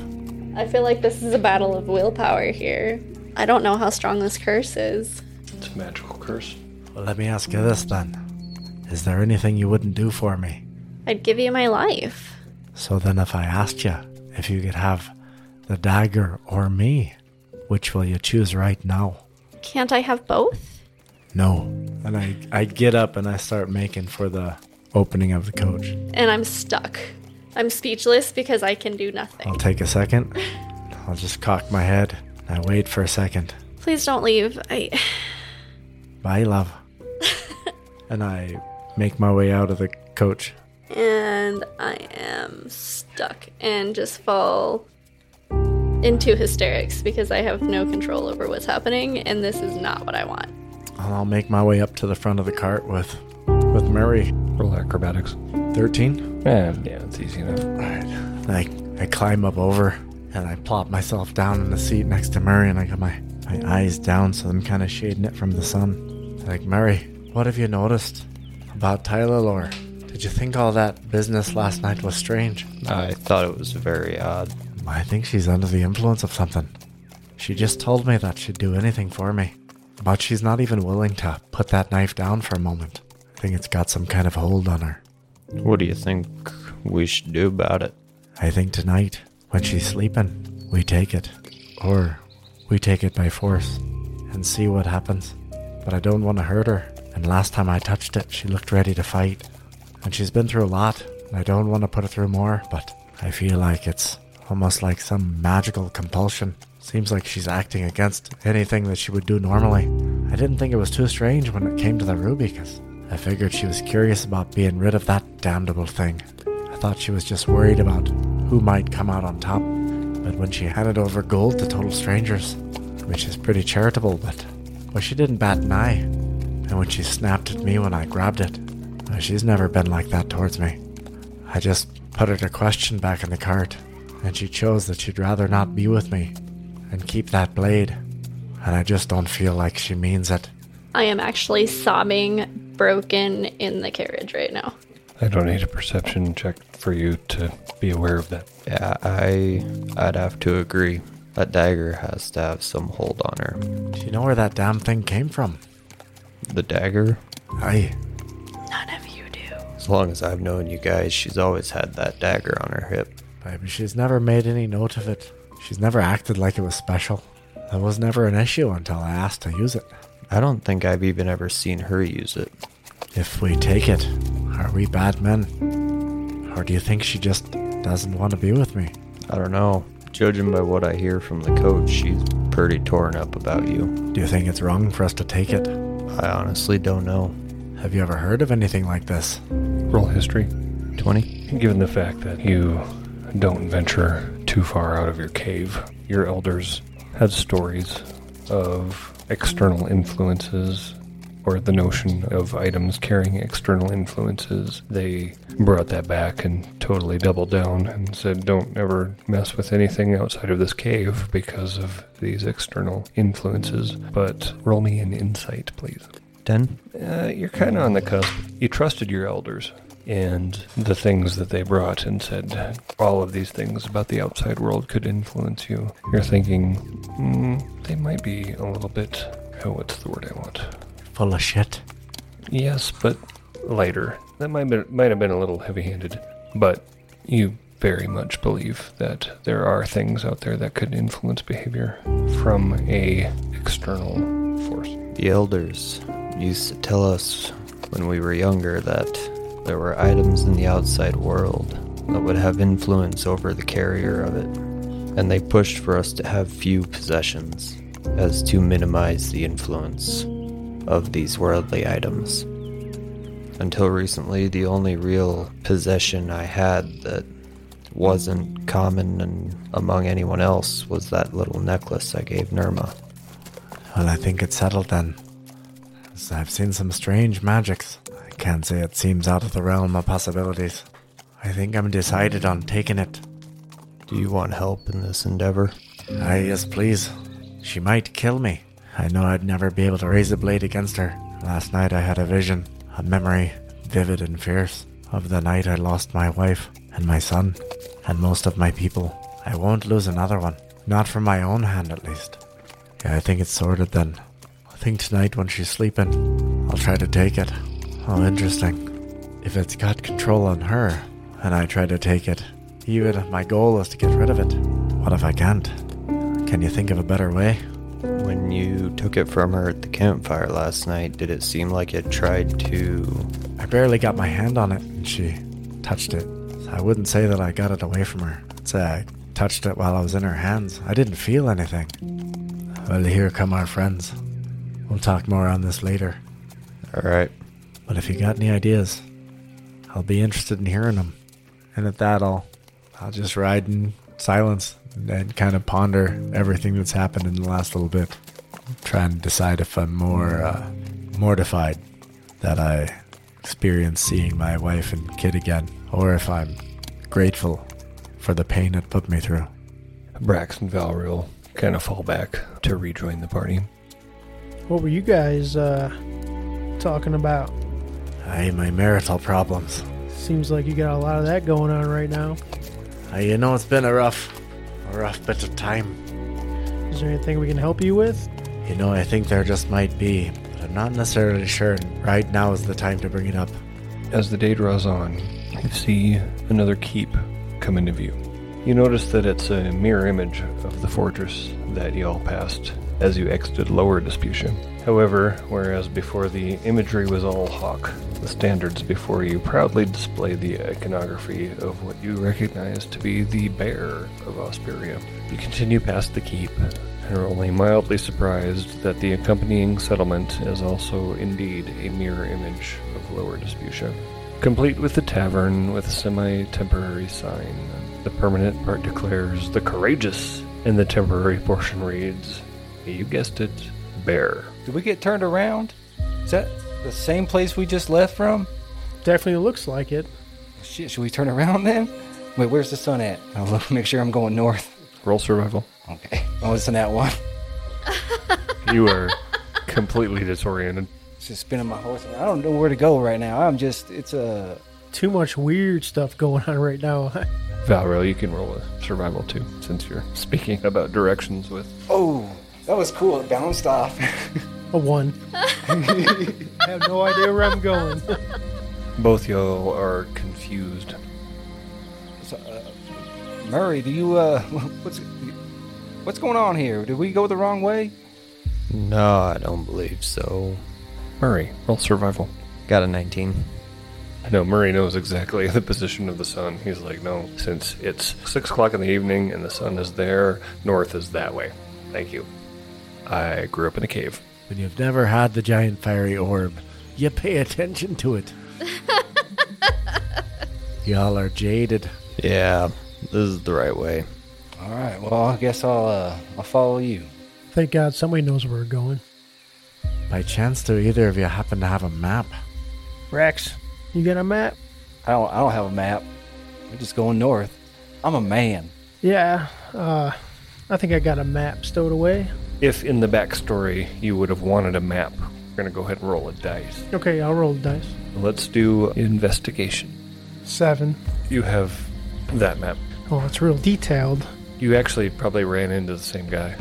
C: I feel like this is a battle of willpower here. I don't know how strong this curse is.
A: It's a magical curse.
D: Well, let me ask you this then. Is there anything you wouldn't do for me?
C: I'd give you my life.
D: So then, if I asked you if you could have the dagger or me, which will you choose right now?
C: Can't I have both?
D: No. And I, I get up and I start making for the opening of the coach.
C: And I'm stuck. I'm speechless because I can do nothing.
D: I'll take a second. I'll just cock my head. I wait for a second.
C: Please don't leave. I
D: Bye, love. and I make my way out of the coach.
C: and I am stuck and just fall into hysterics because I have no control over what's happening and this is not what I want.
D: And I'll make my way up to the front of the cart with with Murray.
A: Roll acrobatics.
D: 13.
A: Yeah, yeah, it's easy enough.
D: And I, I climb up over and I plop myself down in the seat next to Murray and I got my, my eyes down so I'm kind of shading it from the sun. Like, Murray, what have you noticed about Tyler Lore? Did you think all that business last night was strange?
G: I thought it was very odd.
D: I think she's under the influence of something. She just told me that she'd do anything for me. But she's not even willing to put that knife down for a moment. I think it's got some kind of hold on her.
G: What do you think we should do about it?
D: I think tonight, when she's sleeping, we take it. Or we take it by force and see what happens. But I don't want to hurt her. And last time I touched it, she looked ready to fight. And she's been through a lot, and I don't want to put her through more, but I feel like it's almost like some magical compulsion. Seems like she's acting against anything that she would do normally. I didn't think it was too strange when it came to the ruby, 'cause I figured she was curious about being rid of that damnable thing. I thought she was just worried about who might come out on top. But when she handed over gold to total strangers, which is pretty charitable, but well, she didn't bat an eye. And when she snapped at me when I grabbed it, No, she's never been like that towards me. I just put her to question back in the cart, and she chose that she'd rather not be with me and keep that blade. And I just don't feel like she means it.
C: I am actually sobbing, broken in the carriage right now.
A: I don't need a perception check for you to be aware of that.
G: Yeah, I I'd have to agree. That dagger has to have some hold on her.
D: Do you know where that damn thing came from?
G: The dagger?
D: Aye.
C: None of you do.
G: As long as I've known you guys, she's always had that dagger on her hip.
D: Baby, she's never made any note of it. She's never acted like it was special. That was never an issue until I asked to use it.
G: I don't think I've even ever seen her use it.
D: If we take it, are we bad men? Or do you think she just doesn't want to be with me?
G: I don't know. Judging by what I hear from the coach, she's pretty torn up about you.
D: Do you think it's wrong for us to take it?
G: I honestly don't know.
D: Have you ever heard of anything like this?
A: Roll history.
G: 20?
A: Given the fact that you don't venture too far out of your cave, your elders have stories of external influences or the notion of items carrying external influences. They brought that back and totally doubled down and said, don't ever mess with anything outside of this cave because of these external influences. But roll me an insight, please.
G: 10?
A: Uh, you're kind of on the cusp. You trusted your elders and the things that they brought and said all of these things about the outside world could influence you. You're thinking, mm, they might be a little bit. Oh, what's the word I want?
D: Full of shit.
A: Yes, but lighter. That might be, might have been a little heavy-handed, but you very much believe that there are things out there that could influence behavior from a external force.
G: The elders used to tell us when we were younger that there were items in the outside world that would have influence over the carrier of it, and they pushed for us to have few possessions as to minimize the influence of these worldly items. Until recently, the only real possession I had that wasn't common and among anyone else was that little necklace I gave Nirma.
D: Well, I think it's settled then. 'Cause I've seen some strange magics. I can't say it seems out of the realm of possibilities. I think I'm decided on taking it.
G: Do you want help in this endeavor?
D: Aye, Ah, yes, please. She might kill me. I know I'd never be able to raise a blade against her. Last night I had a vision, a memory, vivid and fierce, of the night I lost my wife and my son, and most of my people. I won't lose another one. Not from my own hand, at least. Yeah, I think it's sorted then. I think tonight when she's sleeping, I'll try to take it. Oh, interesting. If it's got control on her, and I try to take it, even if my goal is to get rid of it, what if I can't? Can you think of a better way?
G: When you took it from her at the campfire last night, did it seem like it tried to.
D: I barely got my hand on it, and she touched it. So I wouldn't say that I got it away from her. I'd say I touched it while I was in her hands. I didn't feel anything. Well, here come our friends. We'll talk more on this later.
G: Alright.
D: But if you got any ideas, I'll be interested in hearing them. And at that, I'll, I'll just ride in silence and kind of ponder everything that's happened in the last little bit. Try and decide if I'm more uh, mortified that I experienced seeing my wife and kid again, or if I'm grateful for the pain it put me through.
A: Brax and Valriel kind of fall back to rejoin the party.
F: What were you guys uh, talking about?
D: Aye, my marital problems.
F: Seems like you got a lot of that going on right now.
D: Aye, you know, it's been a rough, a rough bit of time.
F: Is there anything we can help you with?
D: You know, I think there just might be, but I'm not necessarily sure. And right now is the time to bring it up.
A: As the day draws on, you see another keep come into view. You notice that it's a mirror image of the fortress that you all passed as you exited Lower Disputia. However, whereas before the imagery was all hawk, the standards before you proudly display the iconography of what you recognize to be the bear of Osperia. You continue past the keep and are only mildly surprised that the accompanying settlement is also indeed a mirror image of Lower Disputia. Complete with the tavern with a semi temporary sign. The permanent part declares the courageous, and the temporary portion reads, You guessed it, bear.
E: Did we get turned around? Is that the same place we just left from?
F: Definitely looks like it.
E: Shit, should we turn around then? Wait, where's the sun at? I'll look, make sure I'm going north.
A: Roll survival.
E: Okay. Oh, it's in that one.
A: You are completely disoriented.
E: It's just spinning my horse. I don't know where to go right now. I'm just, it's a.
F: Too much weird stuff going on right now.
A: Valro, you can roll a survival too, since you're speaking about directions with.
E: Oh, that was cool. It bounced off.
F: A one. I have no idea where I'm going.
A: Both y'all are confused.
E: So, uh, Murray, do you, uh, what's, what's going on here? Did we go the wrong way?
G: No, I don't believe so.
A: Murray, roll survival.
G: Got a 19.
A: I know Murray knows exactly the position of the sun. He's like, no, since it's six o'clock in the evening and the sun is there, north is that way. Thank you. I grew up in a cave.
D: When you've never had the giant fiery orb, you pay attention to it. Y'all are jaded.
G: Yeah, this is the right way.
E: All right. Well, I guess I'll, uh, I'll follow you.
F: Thank God somebody knows where we're going.
D: By chance, do either of you happen to have a map?
F: Rex, you got a map?
E: I don't, I don't have a map. We're just going north. I'm a man.
F: Yeah. Uh, I think I got a map stowed away.
A: If in the backstory you would have wanted a map, we're going to go ahead and roll a dice.
F: Okay, I'll roll the dice.
A: Let's do investigation.
F: Seven.
A: You have that map.
F: Oh, it's real detailed.
A: You actually probably ran into the same guy.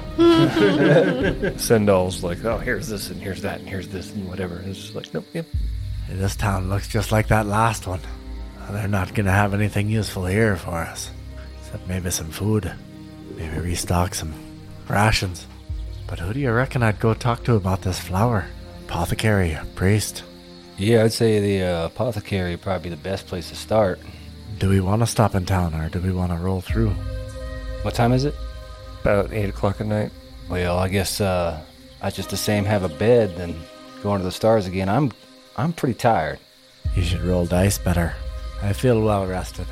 A: Sendall's like, oh, here's this and here's that and here's this and whatever. And it's just like, nope, yep.
D: Hey, This town looks just like that last one. They're not gonna have anything useful here for us. Except maybe some food. Maybe restock some rations. But who do you reckon I'd go talk to about this flower? Apothecary, priest.
E: Yeah, I'd say the uh, apothecary would probably be the best place to start.
D: Do we want to stop in town or do we want to roll through?
E: What time is it?
A: About 8 o'clock at night.
E: Well, I guess uh, I just the same have a bed than going to the stars again. I'm I'm pretty tired.
D: You should roll dice better. I feel well rested.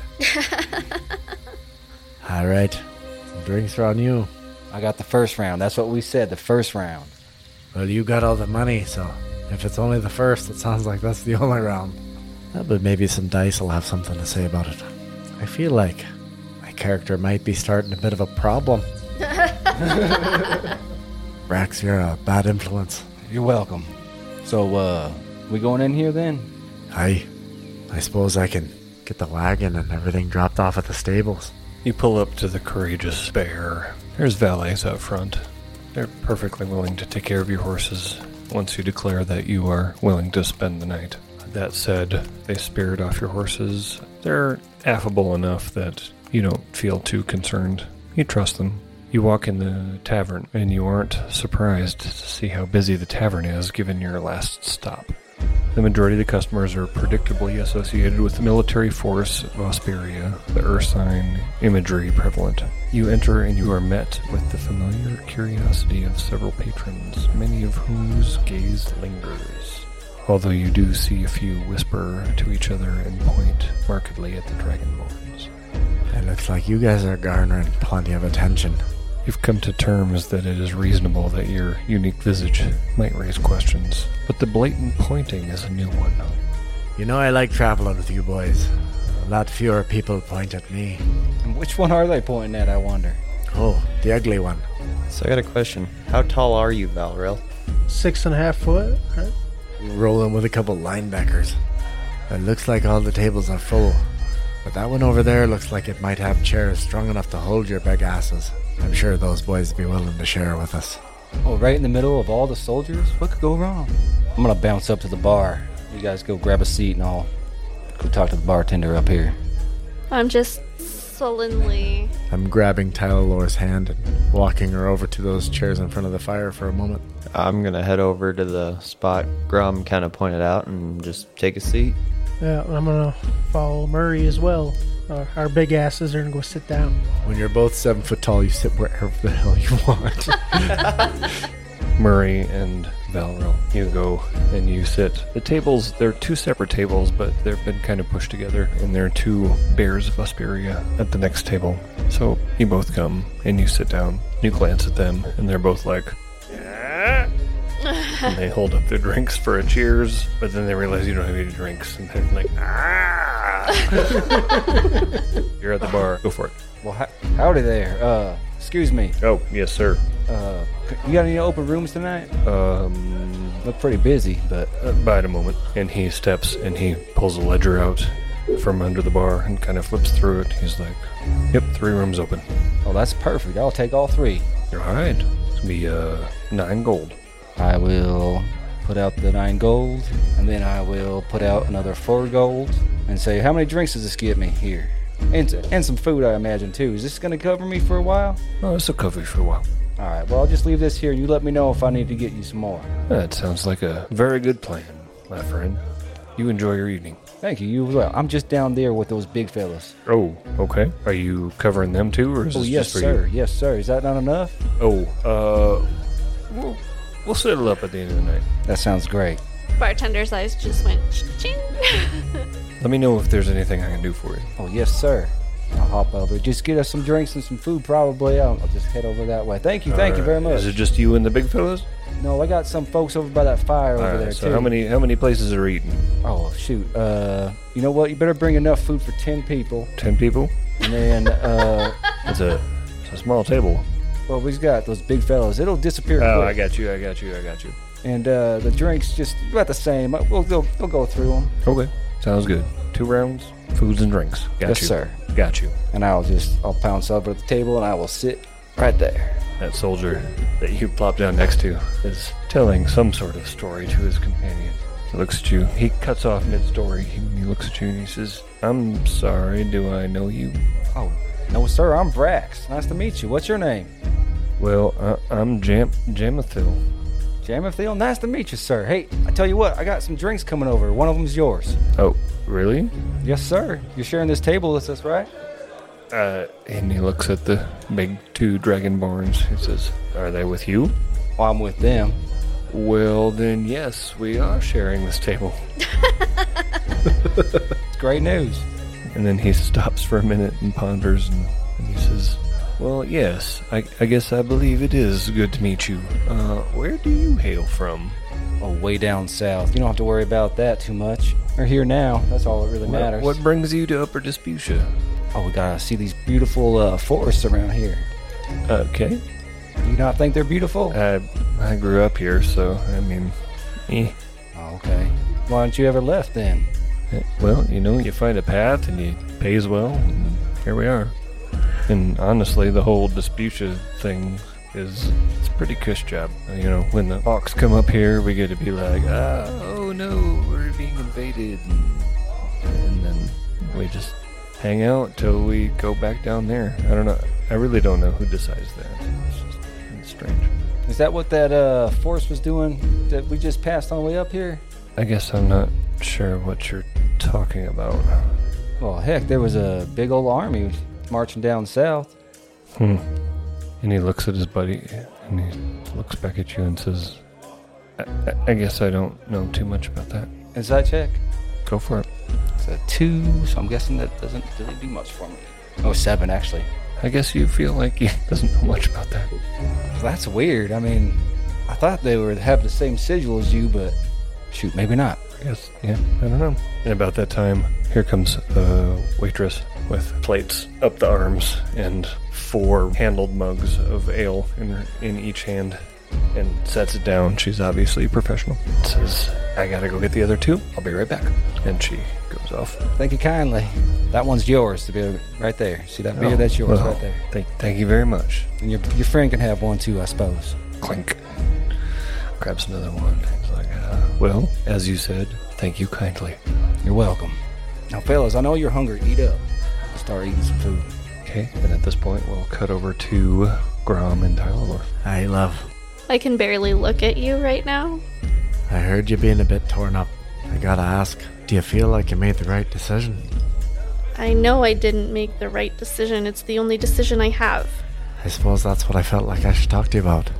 D: All right. Some drinks are on you.
E: I got the first round. That's what we said. The first round.
D: Well, you got all the money, so if it's only the first, it sounds like that's the only round. Yeah, but maybe some dice will have something to say about it. I feel like my character might be starting a bit of a problem. Brax, you're a bad influence.
E: You're welcome. So uh, we going in here then?
D: I, I suppose I can get the wagon and everything dropped off at the stables.
A: You pull up to the courageous bear. There's valets out front. They're perfectly willing to take care of your horses once you declare that you are willing to spend the night. That said, they speared off your horses. They're affable enough that you don't feel too concerned. You trust them. You walk in the tavern and you aren't surprised to see how busy the tavern is given your last stop. The majority of the customers are predictably associated with the military force of Osperia, the Ursine imagery prevalent. You enter and you are met with the familiar curiosity of several patrons, many of whose gaze lingers. Although you do see a few whisper to each other and point markedly at the dragonborns.
D: It looks like you guys are garnering plenty of attention.
A: You've come to terms that it is reasonable that your unique visage might raise questions, but the blatant pointing is a new one.
D: You know I like traveling with you boys. A lot fewer people point at me.
E: And which one are they pointing at? I wonder.
D: Oh, the ugly one.
G: So I got a question. How tall are you, Valrail?
F: Six and a half foot. Right?
D: Rolling with a couple linebackers. It looks like all the tables are full. But that one over there looks like it might have chairs strong enough to hold your big asses. I'm sure those boys would be willing to share with us.
E: Oh, right in the middle of all the soldiers. What could go wrong? I'm gonna bounce up to the bar. You guys go grab a seat and I'll go talk to the bartender up here.
C: I'm just sullenly.
D: I'm grabbing Tyler Lore's hand and walking her over to those chairs in front of the fire for a moment.
G: I'm gonna head over to the spot Grum kind of pointed out and just take a seat.
F: Yeah, and I'm gonna follow Murray as well. Uh, our big asses are gonna go sit down.
D: When you're both seven foot tall, you sit wherever the hell you want.
A: Murray and Valril. You go and you sit. The tables, they're two separate tables, but they've been kind of pushed together, and there are two bears of Vesperia at the next table. So you both come and you sit down. You glance at them, and they're both like, and they hold up their drinks for a cheers, but then they realize you don't have any drinks, and they're like, ah! You're at the bar. Go for it.
E: Well, hi- howdy there. Uh, excuse me.
A: Oh, yes, sir.
E: Uh, c- you got any open rooms tonight?
A: Um,
E: Look pretty busy, but
A: uh, bide a moment. And he steps and he pulls a ledger out from under the bar and kind of flips through it. He's like, yep, three rooms open.
E: oh, that's perfect. I'll take all three.
A: All right. It's gonna be uh, nine gold.
E: I will put out the nine gold, and then I will put out another four gold, and say, how many drinks does this get me here? And, and some food, I imagine too. Is this gonna cover me for a while?
A: Oh, this will cover you for a while.
E: All right. Well, I'll just leave this here, and you let me know if I need to get you some more.
A: That sounds like a very good plan, my friend. You enjoy your evening.
E: Thank you. You as well. I'm just down there with those big fellas.
A: Oh, okay. Are you covering them too, or is
E: Oh
A: this
E: yes,
A: just for
E: sir.
A: you?
E: Yes, sir. Is that not enough?
A: Oh, uh, we'll, we'll settle up at the end of the night.
E: That sounds great.
C: Bartender's eyes just went ching.
A: Let me know if there's anything I can do for you.
E: Oh yes, sir. I'll hop over. Just get us some drinks and some food, probably. I'll, I'll just head over that way. Thank you. Thank you
A: Alright.
E: very much.
A: Is it just you and the big fellas?
E: No, I got some folks over by that fire over
A: Alright,
E: there
A: so
E: too.
A: how many how many places are eating?
E: Oh shoot. Uh, you know what? You better bring enough food for ten people,
A: Ten people?
E: and then uh,
A: That's a it's a small table.
E: well, we've got those big fellows. It'll disappear.
A: Oh,
E: quick.
A: I got you, I got you, I got you.
E: And uh, the drinks just about the same. Uh, We'll go. We'll go through them.
A: Okay. Sounds good. Two rounds, foods and drinks. Got
E: Yes,
A: you.
E: sir.
A: Got you.
E: And I'll just I'll pounce over at the table and I will sit right there.
A: That soldier that you plop down next to is telling some sort of story to his companion. He looks at you. He cuts off mid story. He, he looks at you and he says, I'm sorry, do I know you?
E: Oh no, sir. I'm Brax. Nice to meet you. What's your name?
A: Well, I, I'm Jam- Jamathil.
E: Jamathiel. Nice to meet you, sir. Hey, I tell you what, I got some drinks coming over. One of them's yours.
A: Oh, really?
E: Yes, sir. You're sharing this table with us, right?
A: Uh, and he looks at the big two dragonborns. He says, Are they with you?
E: Well, I'm with them.
A: Well, then, yes, we are sharing this table.
E: It's great news.
A: And then he stops for a minute and ponders and, and he says, Well, yes, I, I guess I believe it is good to meet you. Uh, where do you hail from?
E: Oh, way down south. You don't have to worry about that too much. We're here now. That's all that really
A: What,
E: matters.
A: what brings you to Upper Disputia?
E: Oh, we gotta see these beautiful uh, forests around here.
A: Okay.
E: Do you not think they're beautiful?
A: I, I grew up here, so, I mean, eh.
E: oh, okay. Why don't you ever left then?
A: Eh, Well, you know, you find a path and you pays well, and here we are. And honestly, the whole Disputia thing is it's a pretty cush job. Uh, You know, when the hawks come up here, we get to be like, ah, oh no, we're being invaded, and, and then we just hang out till we go back down there. I don't know. I really don't know who decides that. It's just it's strange.
E: Is that what that uh, forest was doing that we just passed on the way up here?
A: I guess I'm not sure what you're talking about.
E: Well, heck, there was a big old army marching down south.
A: Hmm. And he looks at his buddy and he looks back at you and says, I, I, I guess I don't know too much about that.
E: Inside check.
A: Go for it.
E: It's a two, so I'm guessing that doesn't really do much for me. Oh, seven actually.
A: I guess you feel like he doesn't know much about that.
E: That's weird. I mean, I thought they were have the same sigil as you, but shoot, maybe not.
A: I guess, yeah, I don't know. And about that time, here comes a waitress with plates up the arms and four handled mugs of ale in, her, in each hand and sets it down. She's obviously a professional. Says, I gotta go get the other two. I'll be right back. And she goes off.
E: Thank you kindly. That one's yours to be right there. See that beer? that's yours
A: Oh, well,
E: right there.
A: Thank, thank you very much.
E: And your, your friend can have one too, I suppose.
A: Clink. Grabs another one. He's like, uh, well, as you said, thank you kindly.
E: You're welcome. Now, fellas, I know you're hungry. Eat up. Start eating some food.
A: Okay, and at this point, we'll cut over to Grom and Tyler.
D: Hey, love.
C: I can barely look at you right now.
D: I heard you being a bit torn up. I gotta ask, do you feel like you made the right decision?
C: I know I didn't make the right decision. It's the only decision I have.
D: I suppose that's what I felt like I should talk to you about.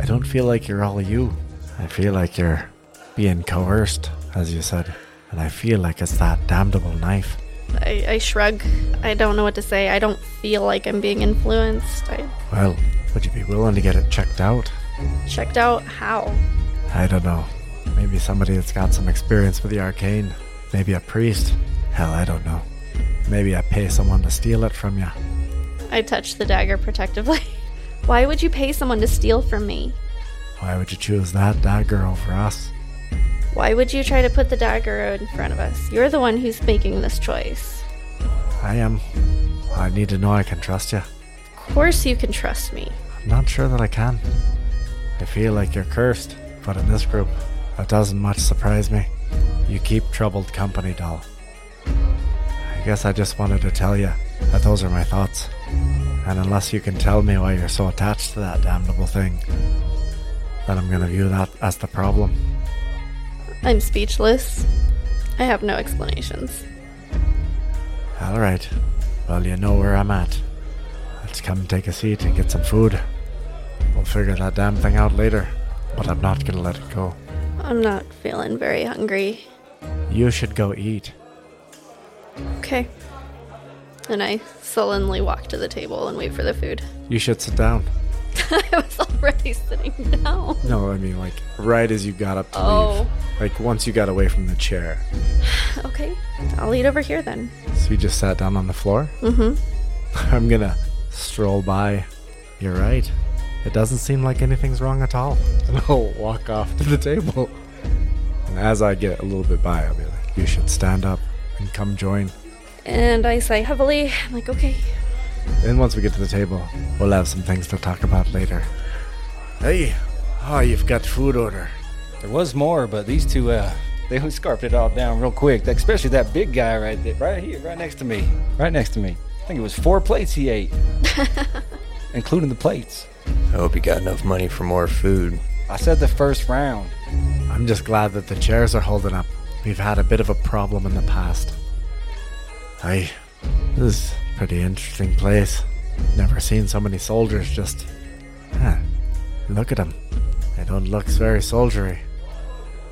D: I don't feel like you're all you. I feel like you're being coerced, as you said. And I feel like it's that damnable knife.
C: I, I shrug. I don't know what to say. I don't feel like I'm being influenced. I
D: Well, would you be willing to get it checked out?
C: checked out how.
D: I don't know. Maybe somebody that's got some experience with the arcane. Maybe a priest. Hell, I don't know. Maybe I pay someone to steal it from you.
C: I touch the dagger protectively. Why would you pay someone to steal from me?
D: Why would you choose that dagger over us?
C: Why would you try to put the dagger in front of us? You're the one who's making this choice.
D: I am. I need to know I can trust you.
C: Of course, you can trust me.
D: I'm not sure that I can. I feel like you're cursed, but in this group, that doesn't much surprise me. You keep troubled company, doll. I guess I just wanted to tell you that those are my thoughts. And unless you can tell me why you're so attached to that damnable thing, then I'm gonna view that as the problem.
C: I'm speechless. I have no explanations.
D: Alright. Well, you know where I'm at. Let's come and take a seat and get some food. We'll figure that damn thing out later, but I'm not gonna let it go.
C: I'm not feeling very hungry.
D: You should go eat.
C: Okay. And I sullenly walk to the table and wait for the food.
D: You should sit down.
C: I was already sitting down.
D: No, I mean, like, right as you got up to
C: Oh.
D: leave. Like, once you got away from the chair.
C: Okay, I'll eat over here then.
D: So you just sat down on the floor?
C: Mm hmm.
D: I'm gonna stroll by. You're right. It doesn't seem like anything's wrong at all. And I'll walk off to the table. And as I get a little bit by, I'll be like, you should stand up and come join.
C: And I sigh heavily. I'm like, okay.
D: Then once we get to the table, we'll have some things to talk about later. Hey, oh, you've got food order.
E: There was more, but these two, uh, they scarfed it all down real quick. Especially that big guy right there, right here, right next to me, right next to me. I think it was four plates he ate, including the plates.
G: I hope you got enough money for more food.
E: I said the first round.
D: I'm just glad that the chairs are holding up. We've had a bit of a problem in the past. Hey, this is a pretty interesting place. Never seen so many soldiers just. Huh. Look at them. They don't look very soldiery.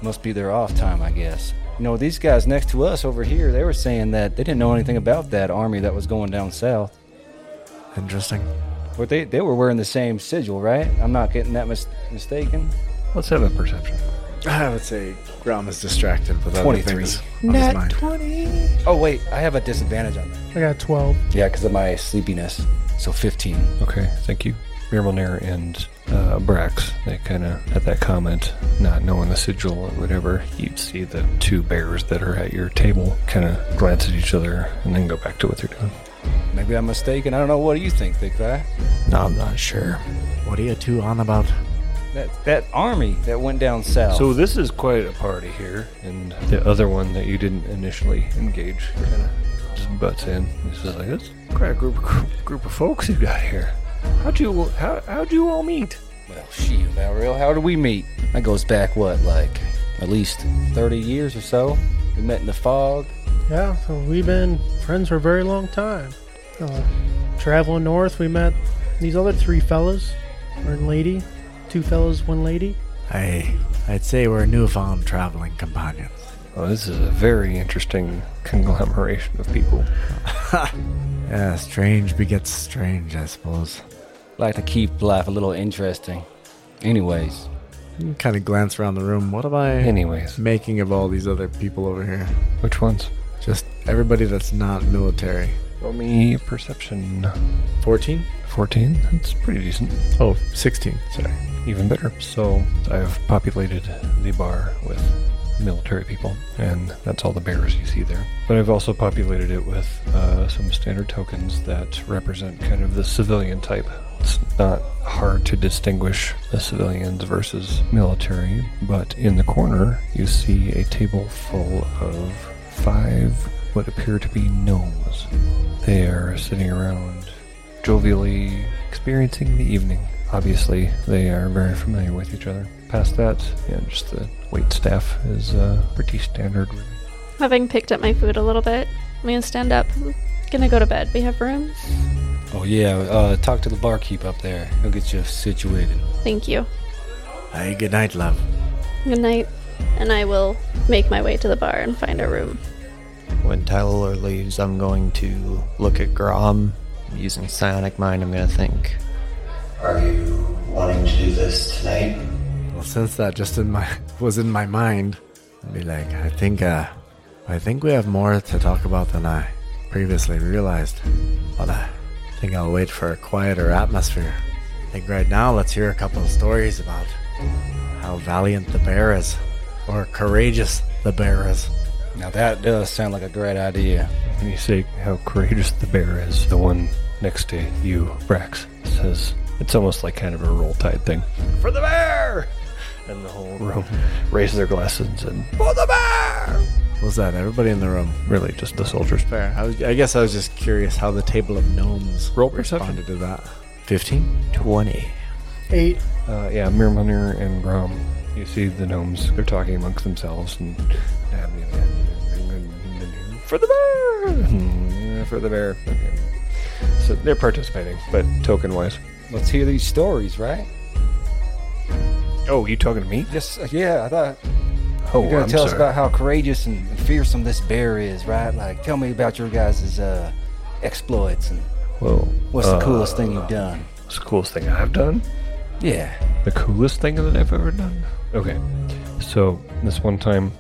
E: Must be their off time, I guess. You know, these guys next to us over here, they were saying that they didn't know anything about that army that was going down south.
D: Interesting.
E: But they, they were wearing the same sigil, right? I'm not getting that mis- mistaken.
I: Let's have a perception.
D: I would say Grom is distracted with other
E: 23.
D: things on his mind.
E: Oh, wait, I have a disadvantage on that.
F: I got 12.
E: Yeah, because of my sleepiness. So 15.
A: Okay, thank you. Mirmalnair and uh, Brax, they kind of had that comment, not knowing the sigil or whatever. You'd see the two bears that are at your table kind of glance at each other and then go back to what they're doing.
E: Maybe I'm mistaken. I don't know. What do you think, Big Guy?
G: No, I'm not sure.
D: What are you two on about?
E: That, that army that went down south.
A: So this is quite a party here, and the other one that you didn't initially engage kind of just butts in. This is like this quite a group group of folks you got here. How'd you how how'd you all meet?
E: well, shoot, Valreal, how do we meet? That goes back, what, like at least 30 years or so? We met in the fog.
F: Yeah, so we've been friends for a very long time. Uh, traveling north, we met these other three fellas, or lady, two fellas, one lady.
D: Hey, I'd say we're newfound traveling companions.
A: Oh, this is a very interesting conglomeration of people.
D: Yeah, strange begets strange, I suppose.
E: Like to keep life a little interesting. Anyways,
D: Kind of glance around the room. What am I
A: Anyways,
D: making of all these other people over here?
A: which ones?
D: Just everybody that's not military.
A: Roll me a perception.
D: 14?
A: 14? That's pretty decent.
D: Oh, 16. Sorry.
A: Even better. So I've populated the bar with military people, and that's all the bears you see there. But I've also populated it with uh, some standard tokens that represent kind of the civilian type. It's not hard to distinguish the civilians versus military, but in the corner you see a table full of five what appear to be gnomes. They are sitting around jovially experiencing the evening. Obviously, they are very familiar with each other. Past that, yeah, just the wait staff is uh, pretty standard. really.
C: Having picked up my food a little bit, I'm gonna stand up. I'm gonna go to bed. We have rooms.
E: oh yeah, uh, talk to the barkeep up there. He'll get you situated.
C: Thank you.
D: Hey, good night, love.
C: Good night. And I will make my way to the bar and find a room.
G: When Tyler leaves, I'm going to look at Grom. Using psionic mind, I'm going to think,
H: Are you wanting to do this tonight?
D: Well, since that just in my was in my mind, I'd be like, I think, uh, I think we have more to talk about than I previously realized. But I think I'll wait for a quieter atmosphere. I think right now, let's hear a couple of stories about how valiant the bear is, or courageous the bear is.
E: Now that does sound like a great idea.
A: When you say how courageous the bear is, the one next to you, Brax, says it's almost like kind of a roll tide thing. For the bear! And the whole room raise their glasses and for the bear!
D: What was that? Everybody in the room.
A: Really, just the soldiers.
D: Fair. I, was, I guess I was just curious how the table of gnomes
A: Roll
D: responded to that. Fifteen.
G: 20.
F: Eight.
A: Uh, yeah, Mirmunir and Grom. You see the gnomes. They're talking amongst themselves and for the bear, Hmm, for the bear. Okay. So they're participating, but token wise.
E: Let's hear these stories, right?
A: Oh, you talking to me?
E: Yes. Yeah, I thought
A: Oh,
E: you're gonna
A: I'm
E: tell us
A: sorry.
E: about how courageous and fearsome this bear is, right? Like, tell me about your guys' uh, exploits and
A: Well,
E: what's
A: uh,
E: the coolest thing you've done.
A: What's the coolest thing I've done?
E: Yeah.
A: The coolest thing that I've ever done? Okay. So this one time,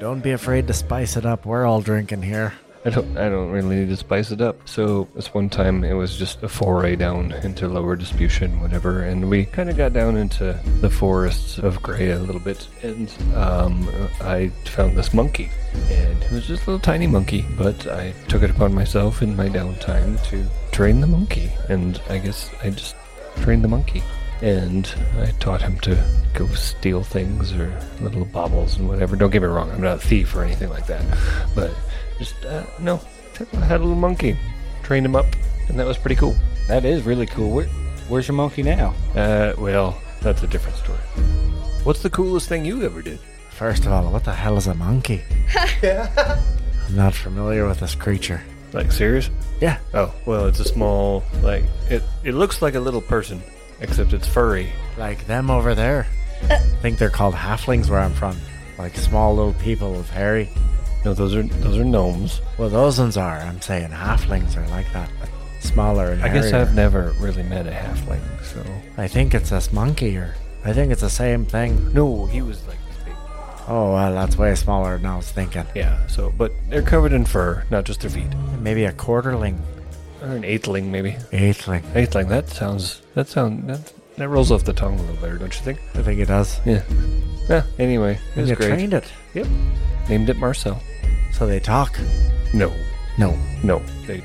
D: Don't be afraid to spice it up. We're all drinking here.
A: I don't, I don't really need to spice it up. So this one time, it was just a foray down into lower disputation, whatever, and we kind of got down into the forests of Grey a little bit, and um, I found this monkey, and it was just a little tiny monkey, but I took it upon myself in my downtime to train the monkey, and I guess I just trained the monkey. And I taught him to go steal things or little baubles and whatever. Don't get me wrong, I'm not a thief or anything like that. But just, uh, no, I had a little monkey, trained him up, and that was pretty cool.
E: That is really cool. Where, where's your monkey now?
A: Uh, well, that's a different story. What's the coolest thing you ever did?
D: First of all, what the hell is a monkey? I'm not familiar with this creature.
A: Like, serious?
D: Yeah.
A: Oh, well, it's a small, like, it, it looks like a little person, except it's furry.
D: Like them over there. I think they're called halflings where I'm from. Like small little people with hairy.
A: No, those are those are gnomes.
D: Well, those ones are. I'm saying halflings are like that. but Smaller and
A: I guess
D: hairier.
A: I've never really met a halfling, so.
D: I think it's this monkey or. I think it's the same thing.
A: No, he was like this big.
D: Oh, well, that's way smaller than I was thinking.
A: Yeah, so, but they're covered in fur, not just their feet.
D: Maybe a quarterling.
A: Or an eightling, maybe.
D: Eightling.
A: Eightling, that sounds, that sound, that, that rolls off the tongue a little better, don't you think?
D: I think it does.
A: Yeah. Yeah, anyway, it
D: And
A: was
D: you
A: great.
D: trained it.
A: Yep. Named it Marcel.
D: So they talk.
A: No,
D: No.
A: no. They.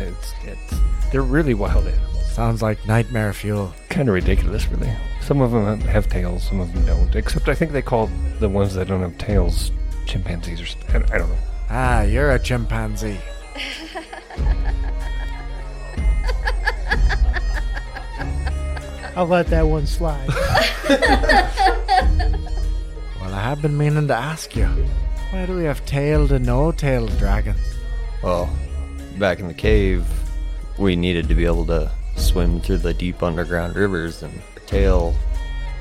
A: It's, it's, they're really wild animals.
D: Sounds like nightmare fuel.
A: Kind of ridiculous, really. Some of them have tails, some of them don't. Except I think they call the ones that don't have tails chimpanzees or something. I don't know.
D: Ah, you're a chimpanzee.
F: I'll let that one slide.
D: Well, I have been meaning to ask you. Why do we have tailed and no-tailed dragons?
G: Well, back in the cave, we needed to be able to swim through the deep underground rivers, and a tail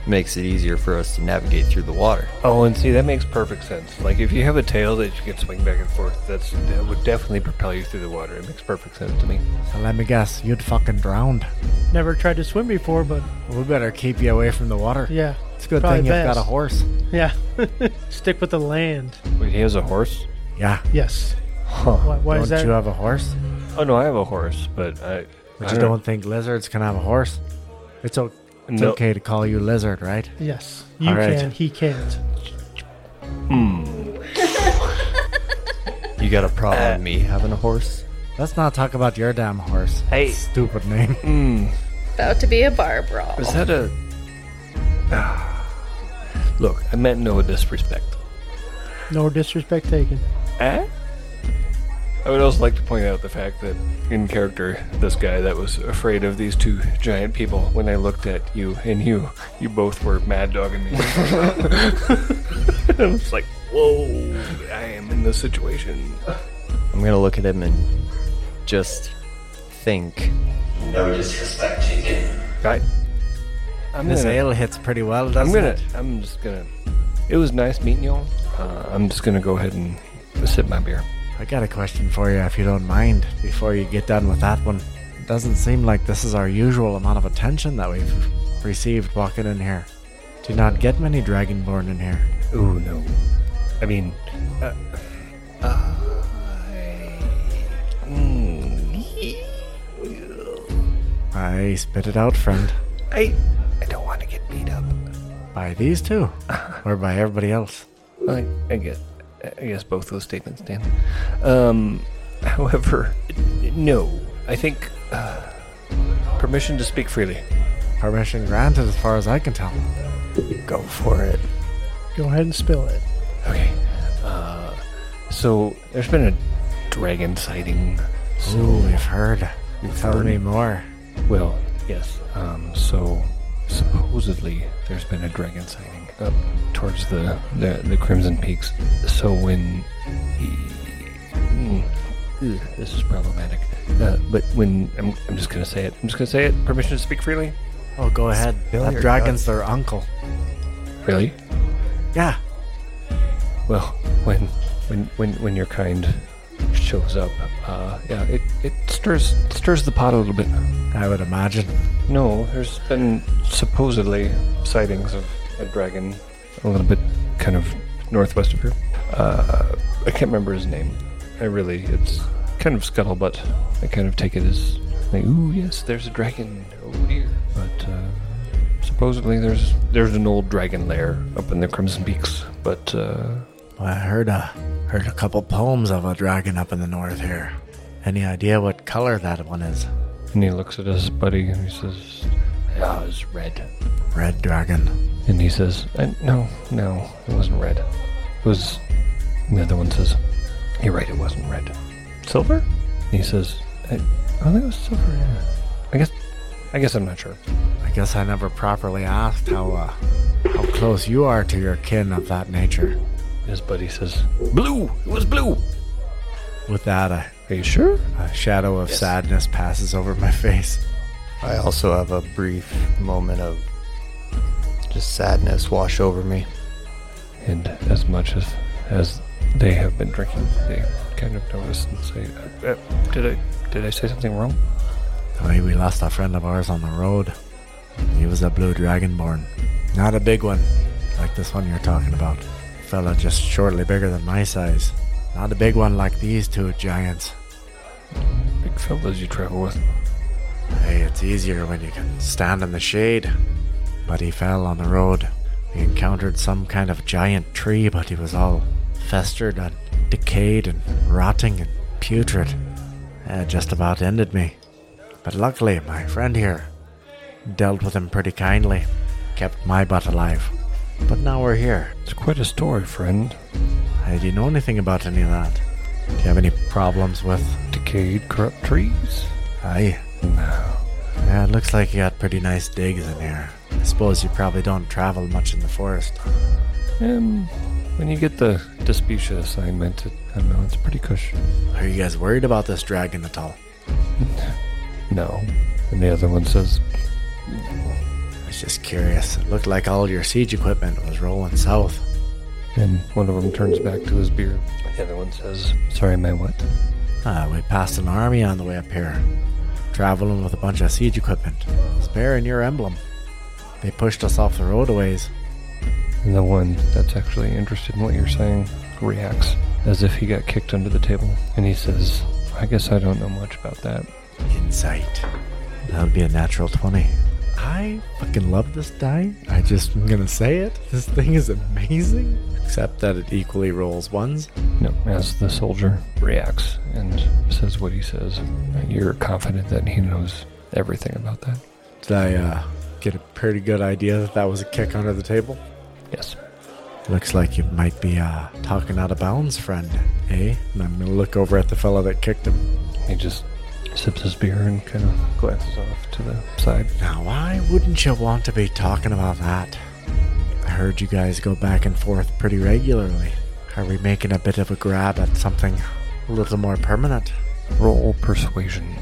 G: makes it easier for us to navigate through the water.
A: Oh, and see, that makes perfect sense. Like, if you have a tail that you can swing back and forth, that's that would definitely propel you through the water. It makes perfect sense to me.
D: So let me guess, you'd fucking drowned.
F: Never tried to swim before, but
D: We better keep you away from the water.
F: yeah.
D: It's a good
F: probably
D: thing you've
F: best.
D: got a horse.
F: Yeah. Stick with the land.
A: Wait, he has a horse?
D: Yeah.
F: Yes.
A: Huh.
F: Why, why
D: don't
F: is that?
D: you have a horse?
A: Oh, no, I have a horse, but I.
D: But
A: I
D: you
A: don't-
D: don't think lizards can have a horse? It's, o- it's
A: No.
D: okay to call you lizard, right?
F: yes. You
D: All right.
F: can. He can't.
G: You got a problem with me having a horse?
D: Let's not talk about your damn horse.
I: Hey.
D: Stupid name.
J: About to be a bar brawl.
A: Is that a. Look, I meant no disrespect.
F: No disrespect taken.
A: Eh? I would also like to point out the fact that, in character, this guy that was afraid of these two giant people, when I looked at you and you, you both were mad dogging me. I was like, whoa, I am in this situation. Uh,
G: I'm gonna look at him and just think.
H: No disrespect taken.
A: I, I'm
D: This
A: gonna,
D: ale hits pretty well, doesn't
A: I'm gonna,
D: it?
A: I'm just gonna. It was nice meeting y'all. Uh, I'm just gonna go ahead and sip my beer.
D: I got a question for you, if you don't mind, before you get done with that one. It doesn't seem like this is our usual amount of attention that we've received walking in here. Do not get many dragonborn in here.
A: Oh no. I mean, uh,
D: I spit it out, friend.
A: I I don't want to get beat up.
D: By these two, or by everybody else.
A: I, I guess I guess both those statements stand. Um, however, n- no. I think uh, permission to speak freely.
D: Permission granted, as far as I can tell.
G: Go for it.
F: Go ahead and spill it.
A: Okay. Uh, so there's been a dragon sighting. So
D: Ooh, we've heard.
A: We've
D: Tell
A: heard.
D: me more.
A: Well, yes. Um, so supposedly there's been a dragon sighting up towards the the, the Crimson Peaks. So when Mm. Ugh, this is problematic, uh, but when I'm, I'm just gonna say it. I'm just gonna say it. Permission to speak freely.
D: Oh, go ahead.
G: Spill
D: that
G: your
D: dragon's their uncle.
A: Really?
D: Yeah.
A: Well, when when when when your kind shows up, uh, yeah, it, it stirs stirs the pot a little bit.
D: I would imagine.
A: No, there's been supposedly sightings of a dragon a little bit kind of northwest of here. Uh, I can't remember his name. I really, it's kind of scuttlebutt. I kind of take it as, like, ooh, yes, there's a dragon over here. But uh, supposedly there's there's an old dragon lair up in the Crimson Peaks. But uh,
D: Well, I heard a heard a couple poems of a dragon up in the north here. Any idea what color that one is?
A: and he looks at his buddy and he says, ah, it's red.
D: Red dragon.
A: And he says, I, No, no, it wasn't red. It was. And the other one says, You're right, it wasn't red. Silver? And he says, I, I think it was silver, yeah. I guess. I guess I'm not sure.
D: I guess I never properly asked how uh, how close you are to your kin of that nature.
A: His buddy says, Blue! It was blue!
D: With that, a,
A: Are you sure?
D: a shadow of sadness passes over my face.
G: I also have a brief moment of just sadness wash over me.
A: And as much as as they have been drinking, they kind of notice and say, uh, uh, "Did I did I say something wrong?"
D: The way we lost a friend of ours on the road. He was a blue dragonborn. Not a big one, like this one you're talking about. Fella just shortly bigger than my size. Not a big one like these two giants.
A: Big fellas you travel with.
D: Hey, it's easier when you can stand in the shade. But he fell on the road. He encountered some kind of giant tree, but he was all festered and decayed and rotting and putrid. It just about ended me. But luckily, my friend here dealt with him pretty kindly, kept my butt alive. But now we're here.
A: It's quite a story, friend.
D: Hey, do you know anything about any of that? Do you have any problems with?
A: Decayed, corrupt trees.
D: Aye. Yeah, it looks like you got pretty nice digs in here. I suppose you probably don't travel much in the forest.
A: Um, when you get the Disputia assignment, it, I don't know, it's pretty cush.
D: Are you guys worried about this dragon at all?
A: No. And the other one says,
D: I was just curious. It looked like all your siege equipment was rolling south.
A: and one of them turns back to his beer. The other one says, sorry, my what?
D: Ah, we passed an army on the way up here, traveling with a bunch of siege equipment. It's bearing your emblem. They pushed us off the road a ways.
A: And the one that's actually interested in what you're saying reacts as if he got kicked under the table. And he says, I guess I don't know much about that.
D: Insight. That would be a natural 20. I fucking love this die. I just am gonna say it. This thing is amazing. Except that it equally rolls ones.
A: No, as the soldier reacts and says what he says, you're confident that he knows everything about that.
D: Did I uh, get a pretty good idea that that was a kick under the table?
A: Yes.
D: Looks like you might be uh, talking out of bounds, friend. Eh? And I'm gonna look over at the fellow that kicked him.
A: He just sips his beer and kind of glances off to the side.
D: Now, why wouldn't you want to be talking about that? I heard you guys go back and forth pretty regularly. Are we making a bit of a grab at something a little more permanent?
A: Roll persuasion.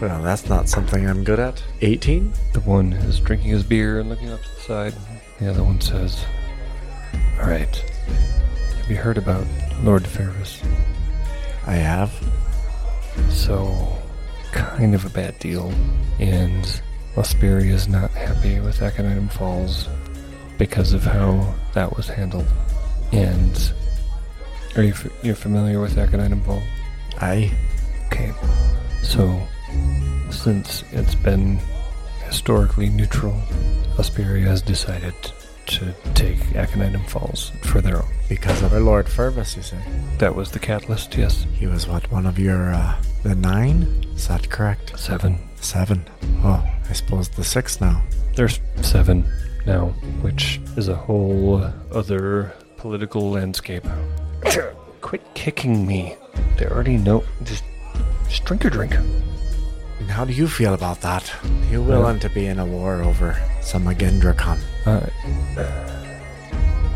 D: Well, that's not something I'm good at. 18?
A: The one is drinking his beer and looking up to the side. The other one says, All right. Have you heard about Lord Ferris?
D: I have.
A: So, kind of a bad deal. And Asperia is not happy with Aconitum Falls because of how that was handled. And are you f- you're familiar with Aconitum Falls?
D: Aye.
A: Okay. So, since it's been historically neutral, Asperia has decided to take Aconitum Falls for their own.
D: Because of our Lord Fervus, you say?
A: That was the catalyst, yes.
D: He was what, one of your, uh, the nine? Is that correct?
A: Seven.
D: Seven. Oh, I suppose the six now.
A: There's seven now, which is a whole other political landscape. Quit kicking me. They already know. Just, just drink your drink.
D: And how do you feel about that? Are you willing to be in a war over some Agendracon?
A: Uh,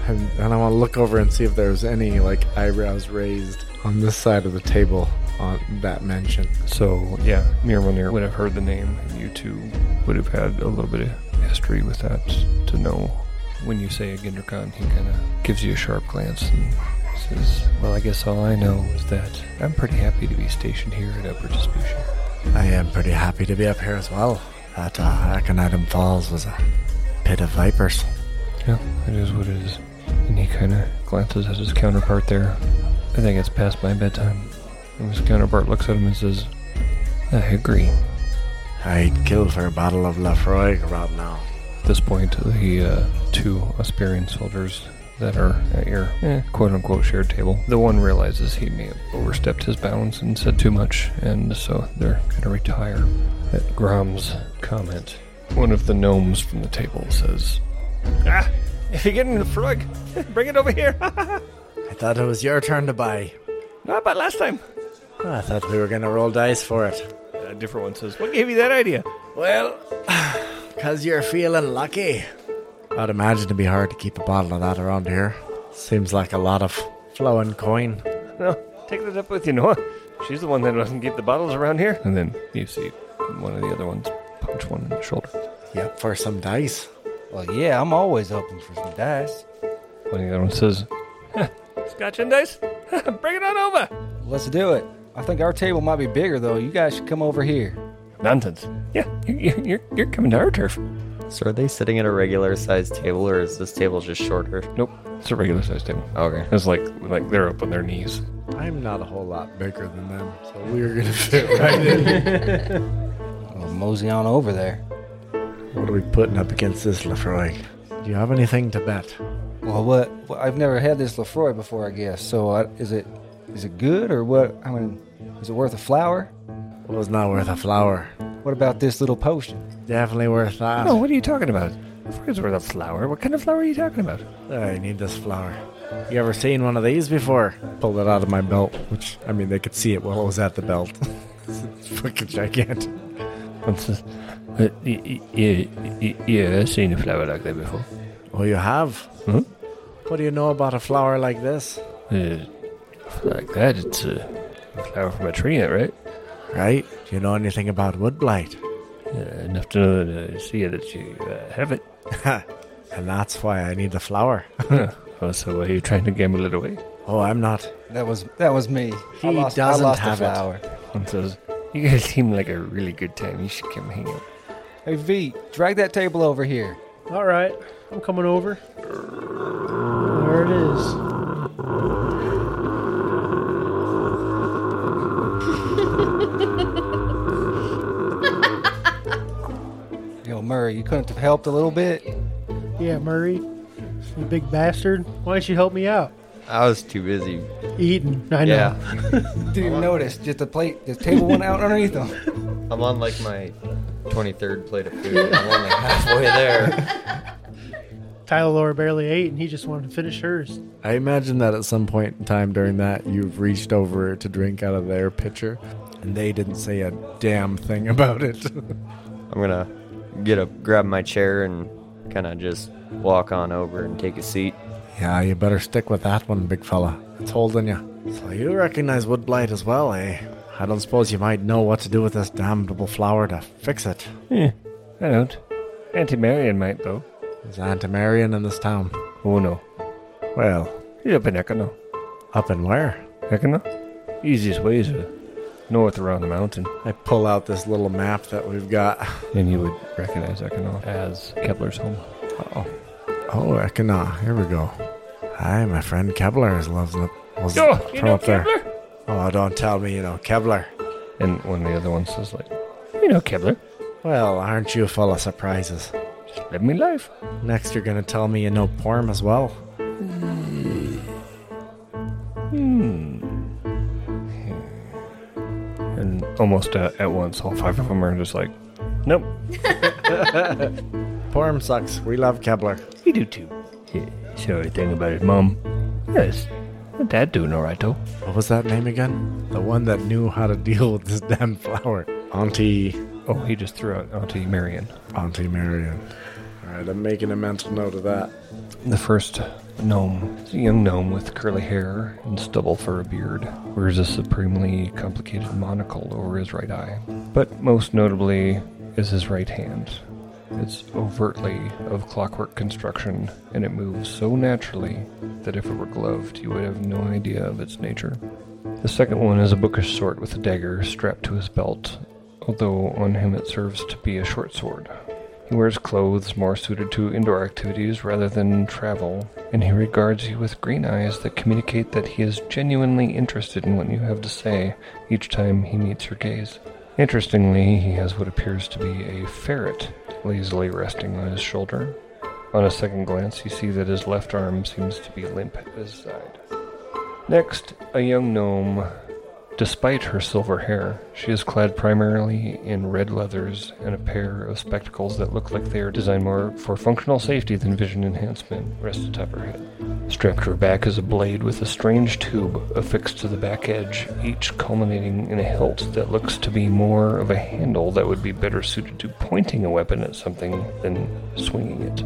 D: And, and I want to look over and see if there's any, like, eyebrows raised on this side of the table on that mention.
A: so, yeah, Miramonir would have heard the name, and you two would have had a little bit of history with that to know. When you say Agendracon, he kind of gives you a sharp glance and says, Well, I guess all I know is that I'm pretty happy to be stationed here at Upper Disputation.
D: I am pretty happy to be up here as well. That uh, Aconitum Falls was a pit of vipers.
A: Yeah, it is what it is. And he kind of glances at his counterpart there. I think it's past my bedtime. And his counterpart looks at him and says, I agree.
D: I'd kill for a bottle of Lafroy right now.
A: At this point, the uh, two Asperian soldiers that are at your eh, quote unquote shared table, the one realizes he may have overstepped his bounds and said too much, and so they're going to retire. At Grom's comment, one of the gnomes from the table says,
E: Ah, if you're getting the frog, bring it over here.
D: I thought it was your turn to buy.
E: Not about last time.
D: I thought we were going to roll dice for it.
A: A different one says,
E: What gave you that idea?
D: Well, because you're feeling lucky. I'd imagine it'd be hard to keep a bottle of that around here. Seems like a lot of flowing coin.
E: No,
I: Take that up with you, Noah. She's the one that doesn't keep the bottles around here.
A: And then you see one of the other ones punch one in the shoulder.
D: Yep, for some dice.
E: Well, yeah, I'm always open for some dice.
A: One of the other ones says,
I: Scotch and dice? Bring it on over!
E: Let's do it. I think our table might be bigger, though. You guys should come over here.
I: Nonsense.
A: Yeah, you're, you're, you're coming to our turf.
G: So are they sitting at a regular sized table or is this table just shorter?
A: Nope, it's a regular sized table.
G: Okay.
A: It's like like they're up on their knees.
D: I'm not a whole lot bigger than them, so we're going to fit right in.
E: Well, mosey on over there.
D: What are we putting up against this, Lafroy? Do you have anything to bet?
E: Well, what? Well, I've never had this Lefroy before, I guess. So, I, is it is it good or what? I mean, is it worth a flower?
D: Well, it's not worth a flower.
E: What about this little potion?
D: Definitely worth that.
A: No, what are you talking about? It's worth a flower. What kind of flower are you talking about?
D: I need this flower. You ever seen one of these before? Pulled it out of my belt, which, I mean, they could see it while it was at the belt. it's fucking gigantic.
A: One says, uh, y- y- y- y- yeah, I've seen a flower like that before.
D: Oh, you have?
A: Hmm?
D: What do you know about a flower like this?
A: Uh, like that, it's a flower from a tree, right?
D: Right? Do you know anything about wood blight?
A: Uh, enough to know that I see that you uh, have it.
D: And that's why I need the flower.
A: Oh, so are you trying to gamble it away?
D: Oh, I'm not.
E: That was that was me.
D: He
E: I lost,
D: doesn't
E: I lost
D: have it.
E: the flower.
A: One says, you guys seem like a really good time. You should come hang out.
E: Hey V, drag that table over here.
F: All right, I'm coming over. There it is.
E: Yo, Murray, you couldn't have helped a little bit.
F: Yeah, Murray, you big bastard. Why don't you help me out?
G: I was too busy.
F: Eating. I know.
G: Yeah.
E: Didn't even notice. Just the plate, the table went out underneath them.
G: I'm on like my 23rd plate of food. I'm only halfway there.
F: Tyler Laura barely ate, and he just wanted to finish hers.
D: I imagine that at some point in time during that, you've reached over to drink out of their pitcher, and they didn't say a damn thing about it.
G: I'm gonna get up, grab my chair, and kind of just walk on over and take a seat.
D: yeah, you better stick with that one, big fella. It's holding you. So you recognize wood blight as well, eh? I don't suppose you might know what to do with this damnable flower to fix it.
A: Yeah, I don't. Auntie Marion might, though.
D: Is Antimarian in this town?
A: Oh, no.
D: Well,
A: He's up in Econo.
D: up and where?
A: Econo? Easiest way is uh, north around the mountain.
D: I pull out this little map that we've got.
A: And you would recognize Ekanah as Kepler's home. Oh,
D: Oh, Ekana, here we go. Hi, my friend Kepler is loves up. Was
A: Yo,
D: from
A: Oh, you know
D: up there.
A: Kepler?
D: Oh, don't tell me you know Kepler.
A: And one of the other ones is like, you know Kepler,
D: Well, aren't you full of surprises?
A: just live me life.
D: Next, you're gonna tell me you know Porm as well.
A: And almost uh, at once, all five of them are just like, nope,
D: Porm sucks. We love Kepler.
A: you do too. Yeah, so everything about his mom. Yes, my dad doing all right though.
D: What was that name again? The one that knew how to deal with this damn flower. Auntie,
A: Oh, he just threw out Auntie Marion.
D: Auntie Marion. All right, I'm making a mental note of that.
A: The first gnome is a young gnome with curly hair and stubble for a beard, wears a supremely complicated monocle over his right eye, but most notably is his right hand. It's overtly of clockwork construction, and it moves so naturally that if it were gloved, you would have no idea of its nature. The second one is a bookish sort with a dagger strapped to his belt, although on him it serves to be a short sword. He wears clothes more suited to indoor activities rather than travel, and he regards you with green eyes that communicate that he is genuinely interested in what you have to say each time he meets your gaze. Interestingly, he has what appears to be a ferret lazily resting on his shoulder. On a second glance, you see that his left arm seems to be limp at his side. Next, a young gnome. Despite her silver hair, she is clad primarily in red leathers and a pair of spectacles that look like they are designed more for functional safety than vision enhancement, rest atop her head. Strapped to her back is a blade with a strange tube affixed to the back edge, each culminating in a hilt that looks to be more of a handle that would be better suited to pointing a weapon at something than swinging it.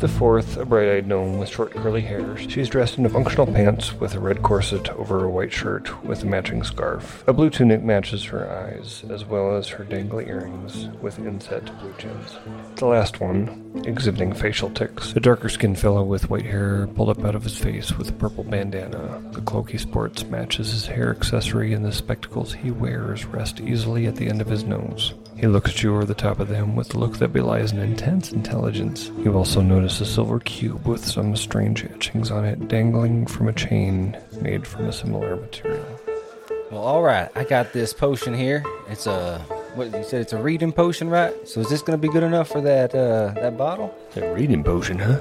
A: The fourth, a bright eyed gnome with short curly hair. She's dressed in functional pants with a red corset over a white shirt with a matching scarf. A blue tunic matches her eyes, as well as her dangly earrings with inset blue gems. The last one, exhibiting facial tics, a darker skinned fellow with white hair pulled up out of his face with a purple bandana. The cloak he sports matches his hair accessory, and the spectacles he wears rest easily at the end of his nose. He looks at you over the top of them with a look that belies an intense intelligence. You also notice a silver cube with some strange etchings on it dangling from a chain made from a similar material.
E: Well, all right. I got this potion here. It's a what you said. It's a reading potion, right? So is this gonna be good enough for that uh, that bottle?
A: A reading potion, huh?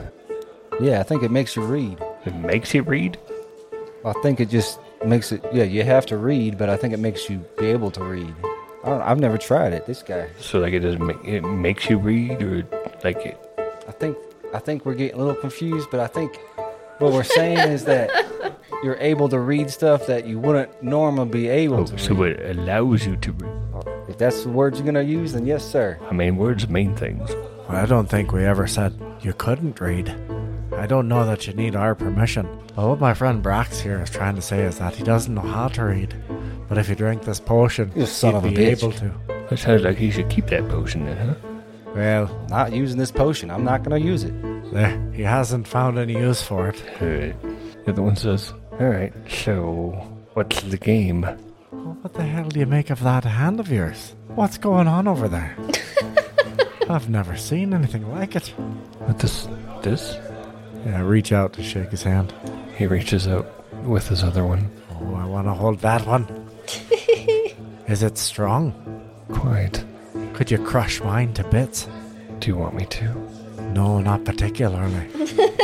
E: Yeah, I think it makes you read.
A: It makes you read?
E: I think it just makes it. Yeah, you have to read, but I think it makes you be able to read. I don't, I've never tried it. This guy.
A: So like it doesn't make it makes you read or like it
E: I think I think we're getting a little confused, but I think what we're saying is that you're able to read stuff that you wouldn't normally be
A: Oh,
E: able to. read.
A: it allows you to read.
E: If that's the words you're gonna use, then yes, sir.
A: I mean words mean things.
D: Well, I don't think we ever said you couldn't read. I don't know that you need our permission. But what my friend Brax here is trying to say is that he doesn't know how to read. But if he drank this potion,
E: You son
D: he'd
E: of a
D: be
E: bitch.
D: able to.
A: It sounds like he should keep that potion then, huh?
D: Well,
E: Not using this potion. I'm not gonna use it.
D: there, he hasn't found any use for it.
A: Alright. The other one says, Alright, so what's the game?
D: Well, what the hell do you make of that hand of yours? What's going on over there? I've never seen anything like it.
A: What this this?
D: Yeah, reach out to shake his hand.
A: He reaches out with his other one.
D: Oh, I want to hold that one. Is it strong?
A: Quiet.
D: Could you crush mine to bits?
A: Do you want me to?
D: No, not particularly.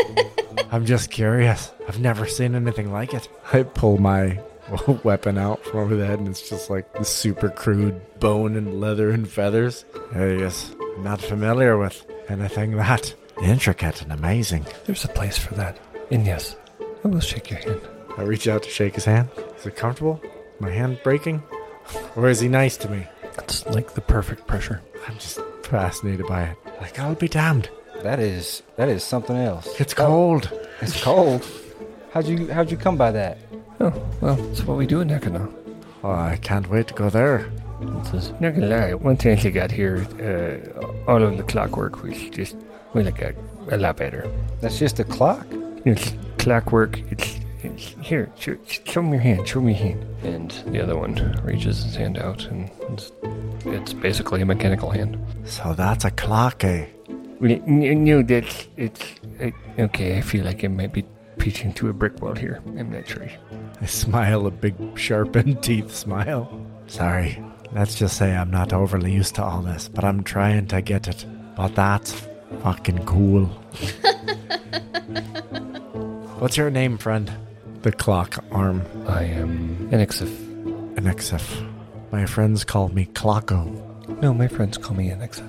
D: I'm just curious. I've never seen anything like it. I pull my weapon out from over the head, and it's just like the super crude bone and leather and feathers. I guess I'm not familiar with anything that intricate and amazing.
A: There's a place for that. And yes, I will shake your hand.
D: I reach out to shake his hand. Is it comfortable? My hand breaking? Or is he nice to me?
A: It's like the perfect pressure.
D: I'm just fascinated by it. Like, I'll be damned.
E: That is that is something else.
D: It's cold.
E: It's cold. How'd you how'd you come by that?
A: Oh, well, that's what we do in Econo.
D: Oh, I can't wait to go there.
A: It says, not gonna lie, one time I got here, uh, all of the clockwork was just, well, I got a lot better.
E: That's just a clock.
A: It's clockwork, it's Here, show, show me your hand. Show me your hand. And the other one reaches his hand out, and it's, it's basically a mechanical hand.
D: So that's a clock, eh?
A: No, that's it's it, okay. I feel like I might be peaching to a brick wall here. I'm not sure.
D: I smile a big, sharpened teeth smile. Sorry. Let's just say I'm not overly used to all this, but I'm trying to get it. But that's fucking cool. What's your name, friend? The clock arm.
A: I am Anixif.
D: Anexif. My friends call me Clocko.
A: No, my friends call me Anixif.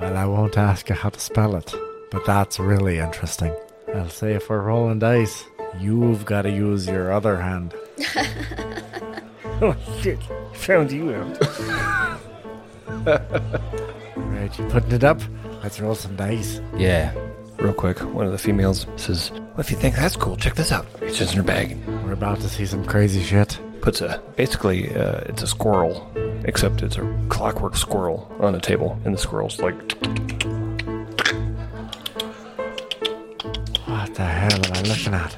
D: Well, I won't ask you how to spell it, but that's really interesting. I'll say if we're rolling dice, you've got to use your other hand.
A: Oh shit! Found you out.
D: Right, you putting it up? Let's roll some dice.
E: Yeah.
A: Real quick, one of the females says, well, "If you think that's cool, check this out." Reaches in her bag,
D: We're about to see some crazy shit.
A: puts a basically uh, it's a squirrel, except it's a clockwork squirrel on a table, and the squirrel's like
D: What the hell am I looking at?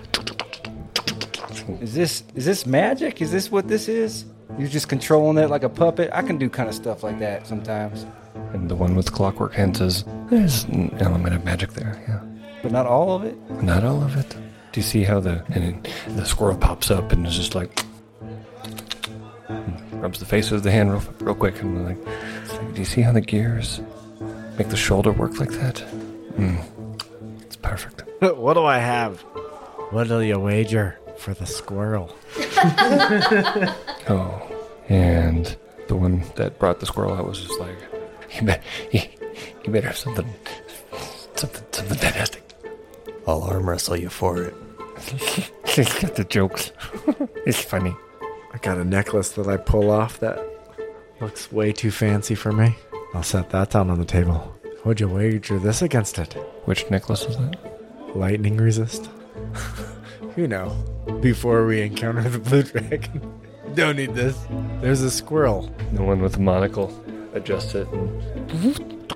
E: Is this is this magic? Is this what this is? You're just controlling it like a puppet. I can do kind of stuff like that sometimes,
A: And the one with clockwork hand says, There's an element of magic there, yeah.
E: but not all of it.
A: Not all of it. Do you see how the and it, the squirrel pops up and is just like hmm, rubs the face of the hand real, real quick and like, it's like, do you see how the gears make the shoulder work like that? Mm. It's perfect.
D: what do I have? What'll you wager for the squirrel?
A: Oh, and the one that brought the squirrel out was just like, you bet, you, you better have something, something, something fantastic.
K: I'll arm wrestle you for it.
A: She's got the jokes. it's funny.
D: I got a necklace that I pull off that looks way too fancy for me. I'll set that down on the table. Would you wager this against it?
A: Which necklace is that?
D: Lightning resist? you know, before we encounter the blue dragon. Don't need this. There's a squirrel.
A: The one with the monocle. Adjusts it and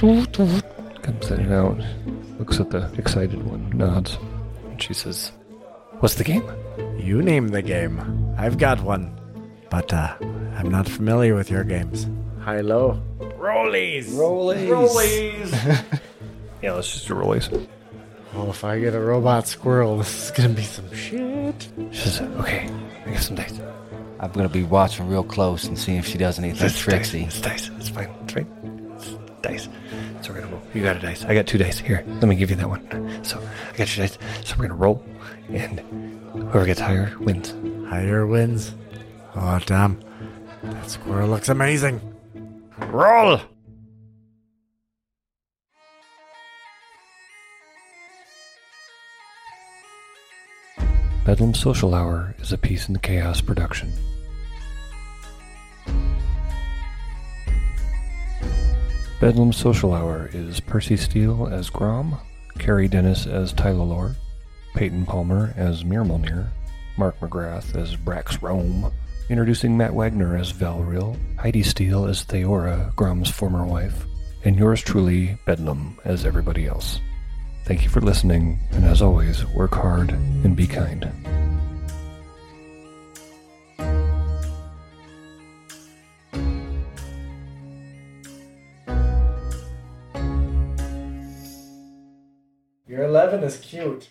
A: comes in and out. Looks at the excited one, nods, and she says, "What's the game?"
D: You name the game. I've got one. But uh, I'm not familiar with your games. High low. Rollies!
E: Rollies.
A: Yeah, let's just do release.
D: Oh, if I get a robot squirrel, this is gonna be some shit.
A: She says, "Okay, I got some dice.
E: I'm gonna be watching real close and seeing if she does anything
A: It's
E: tricksy.
A: Dice. It's dice. It's fine. It's fine. It's dice. So we're gonna roll. You got a dice. I got two dice. Here, let me give you that one. So I got your dice. So we're gonna roll, and whoever gets higher wins.
D: Higher wins. Oh, damn. That squirrel looks amazing. Roll!
L: Bedlam Social Hour is a Peace in the Chaos production. Bedlam Social Hour is Percy Steele as Grom, Carrie Dennis as Tylalore, Peyton Palmer as Mirmalnir, Mark McGrath as Brax Rome, introducing Matt Wagner as Valril, Heidi Steele as Theora, Grom's former wife, and yours truly, Bedlam, as everybody else. Thank you for listening, and as always, work hard and be kind.
D: Your 11 is cute.